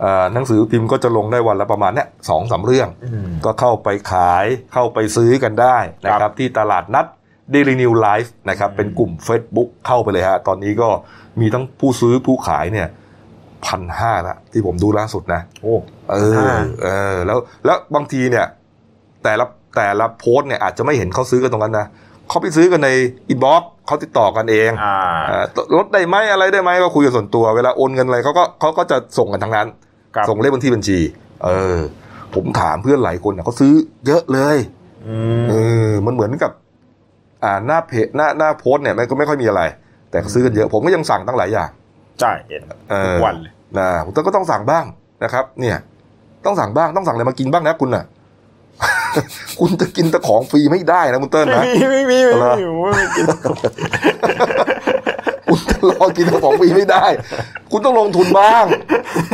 [SPEAKER 1] เอ่อหนังสือพิมพ์ก็จะลงได้วันละประมาณเนี้ยสองสามเรื่อง
[SPEAKER 2] อืม
[SPEAKER 1] ก็เข้าไปขายเข้าไปซื้อกันได้นะค
[SPEAKER 2] ครั
[SPEAKER 1] รับบ ที่ตลาดนัด Daily New Life นะครับเป็นกลุ่ม Facebook เข้าไปเลยฮะ ตอนนี้ก็มีทั้งผู้ซื้อผู้ขายเนี่ยพันห้าละที่ผมดูล่าสุดนะ
[SPEAKER 2] โอ้
[SPEAKER 1] เออ
[SPEAKER 2] อ่า
[SPEAKER 1] เออแล้วแล้วบางทีเนี่ย แต่ละแต่ละโพสต์เนี่ยอาจจะไม่เห็นเขาซื้อกันตรงนั้นนะเขาไปซื้อกันในอินบ็อกเขาติดต่อกันเอง
[SPEAKER 2] อ่า
[SPEAKER 1] เอ่อลดได้ไหมอะไรได้ไหมก็คุยกันส่วนตัวเวลาโอนเงินอะไรเขาก็เขาก็จะส่งกันทางนั้น
[SPEAKER 2] ครับ
[SPEAKER 1] ส่งเลขบัญชีบัญชี เออ ผมถามเพื่อนหลายคนเนี่ยเขาซื้อเยอะเลย
[SPEAKER 2] อื
[SPEAKER 1] เออ
[SPEAKER 2] ม
[SPEAKER 1] มันเหมือนกับ อ่าหน้าเพจหน้าหน้าโพสต์เนี่ยมันก็ไม่ค่อยมีอะไร แต่เขาซื้อกันเยอะผมก็ยังสั่งตั้งหลายอย่าง
[SPEAKER 2] ใช่เห็น
[SPEAKER 1] เออ
[SPEAKER 2] ทุกวันเลย
[SPEAKER 1] นะผมก็ต้องสั่งบ้างนะครับ เนี่ย ต้องสั่งบ้างต้องสั่งอะไรมากินบ้างนะคุณน่ะ คุณจะกินแต่ของฟรีไม่ได้นะคุณเติ้ลนะ
[SPEAKER 2] ไม่มีไม่มี
[SPEAKER 1] เหรอ
[SPEAKER 2] ไม่มีผมว่าไม่กิน
[SPEAKER 1] คุณจะรอกินแต่ของฟรีไม่ได้ คุณต้องลงทุนบ้าง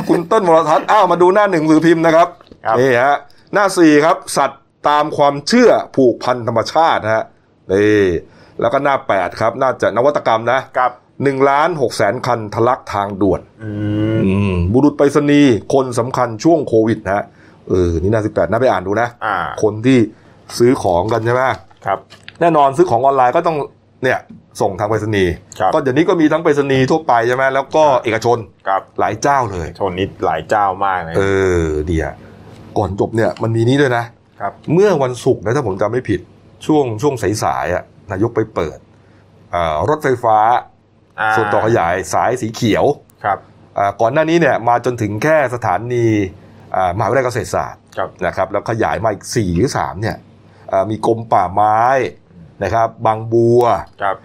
[SPEAKER 1] คุณเติ้ลมรทัศน์อ้าวมาดูหน้าหนึ่งสือพิมพ์นะครับ
[SPEAKER 2] ครับ
[SPEAKER 1] นี่ฮะหน้าสี่ครับ สัตว์ตามความเชื่อผูกพันธรรมชาติฮะนี่แล้วก็หน้าแปดครับ น่าจะนวัตกรรมนะครับ หนึ่งล้านหกแสนคันทะลักทางด่วน
[SPEAKER 2] อืม
[SPEAKER 1] อืมบุรุษไปรษณีย์คนสำคัญช่วงโควิดนะฮะเออ นี่หน้าสิบแปดน่าไปอ่านดูนะ
[SPEAKER 2] อ่า
[SPEAKER 1] คนที่ซื้อของกันใช่ไหม
[SPEAKER 2] ครับ
[SPEAKER 1] แน่นอนซื้อของออนไลน์ก็ต้อง เนี่ยส่งทางไปรษณีย์
[SPEAKER 2] ครับ
[SPEAKER 1] ก็เดี๋ยวนี้ก็มีทั้งไปรษณีย์ทั่วไปใช่ไหมแล้วก็เอกชน
[SPEAKER 2] ครับ
[SPEAKER 1] หลายเจ้าเลย
[SPEAKER 2] ชนนิดหลายเจ้ามากเลย
[SPEAKER 1] เออเดียก่อนจบเนี่ยมันมีนี้ด้วยนะ
[SPEAKER 2] ครับ
[SPEAKER 1] เมื่อวันศุกร์นะถ้าผมจำไม่ผิดช่วงช่วงสายๆอ่ะนายกไปเปิดเอ่อรถไฟฟ้า
[SPEAKER 2] อ่า
[SPEAKER 1] ส่วนต่อขยายสายสีเขียว
[SPEAKER 2] ครับ
[SPEAKER 1] อ่าก่อนหน้านี้เนี่ยมาจนถึงแค่สถานีอ่ามหาวิทยาลัยเกษตรศาสตร์
[SPEAKER 2] ครับ
[SPEAKER 1] นะครับแล้วขยายมาอีก4หรือ3เนี่ยอ่ามีกรมป่าไม้นะครับบางบัว
[SPEAKER 2] ครับ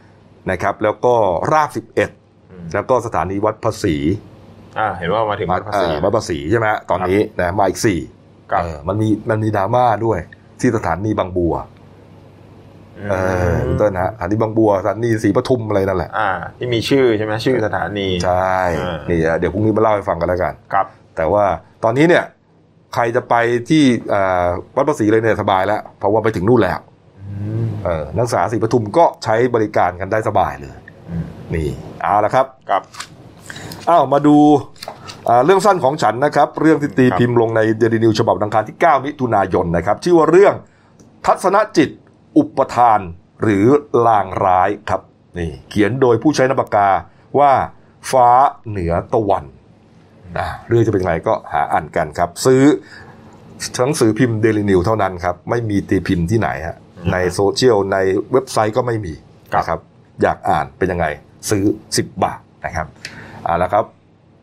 [SPEAKER 1] นะครับแล้วก็ราบ
[SPEAKER 2] อืม
[SPEAKER 1] 11 แล้วก็สถานีวัดภาษี
[SPEAKER 2] อ่าเห็นว่ามาถึงวัดภาษี
[SPEAKER 1] เอ่อวัดภาษีใช่ไหมฮะตอนนี้นะมาอีก4
[SPEAKER 2] ครับ
[SPEAKER 1] เออมันมีมันมีดราม่าด้วยที่สถานีบางบัวเออคุณเต้นนะฮะสถานีบางบัวสถานีศรีปทุมอะไรนั่นแหละ
[SPEAKER 2] อ่า ที่มีชื่อใช่ไหมชื่อสถานี
[SPEAKER 1] ใช่
[SPEAKER 2] เออ
[SPEAKER 1] นี่เดี๋ยวพรุ่งนี้มาเล่าให้ฟังกันแล้วกัน
[SPEAKER 2] ครับ
[SPEAKER 1] แต่ว่าตอนนี้เนี่ยใครจะไปที่เอ่อวัดภาษีเลยเนี่ยสบายแล้ว เพราะว่าไปถึงนู่นแล้วเออนักศึกษาศรีปทุมก็ใช้บริการกันได้สบายเลยนี่เอาละครับ
[SPEAKER 2] ครับ
[SPEAKER 1] อ้าวมาดูอ่าเรื่องสั้นของฉันนะครับ เรื่องที่ตี
[SPEAKER 2] ครับ
[SPEAKER 1] พิมพ์ลงในเดลินิวฉบับวันอังคารที่ 9 มิถุนายนนะครับ ชื่อว่าเรื่องทัศนจิต อุปทาน หรือลางร้ายครับนี่เขียนโดยผู้ใช้นามปากกาว่าฟ้าเหนือตะวันนะเรื่องจะเป็นไงก็หาอ่านกันครับ ซื้อหนังสือพิมพ์เดลินิวเท่านั้นครับ ไม่มีตีพิมพ์ที่ไหนฮะในโซเชียลในเว็บไซต์ก็ไม่มีนะครับอยากอ่านเป็นยังไงซื้อ 10 บาทนะครับ เอาละครับ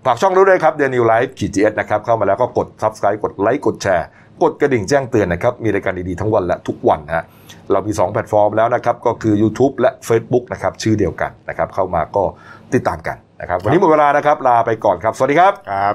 [SPEAKER 1] ฝากช่องด้วยนะครับเดนิวไลฟ์ขีดจีเอสนะครับ เข้ามาแล้วก็กด subscribe กดไลค์กดแชร์กดกระดิ่งแจ้งเตือนนะครับ มีรายการดี ๆ ทั้งวันและทุกวันนะฮะเรามี 2 แพลตฟอร์มแล้วนะครับ ก็คือ YouTube และ Facebook นะครับ ชื่อเดียวกันนะครับ เข้ามาก็ติดตามกันนะครับ วันนี้หมดเวลานะครับ ลาไปก่อนครับ สวัสดีครับ
[SPEAKER 2] ครับ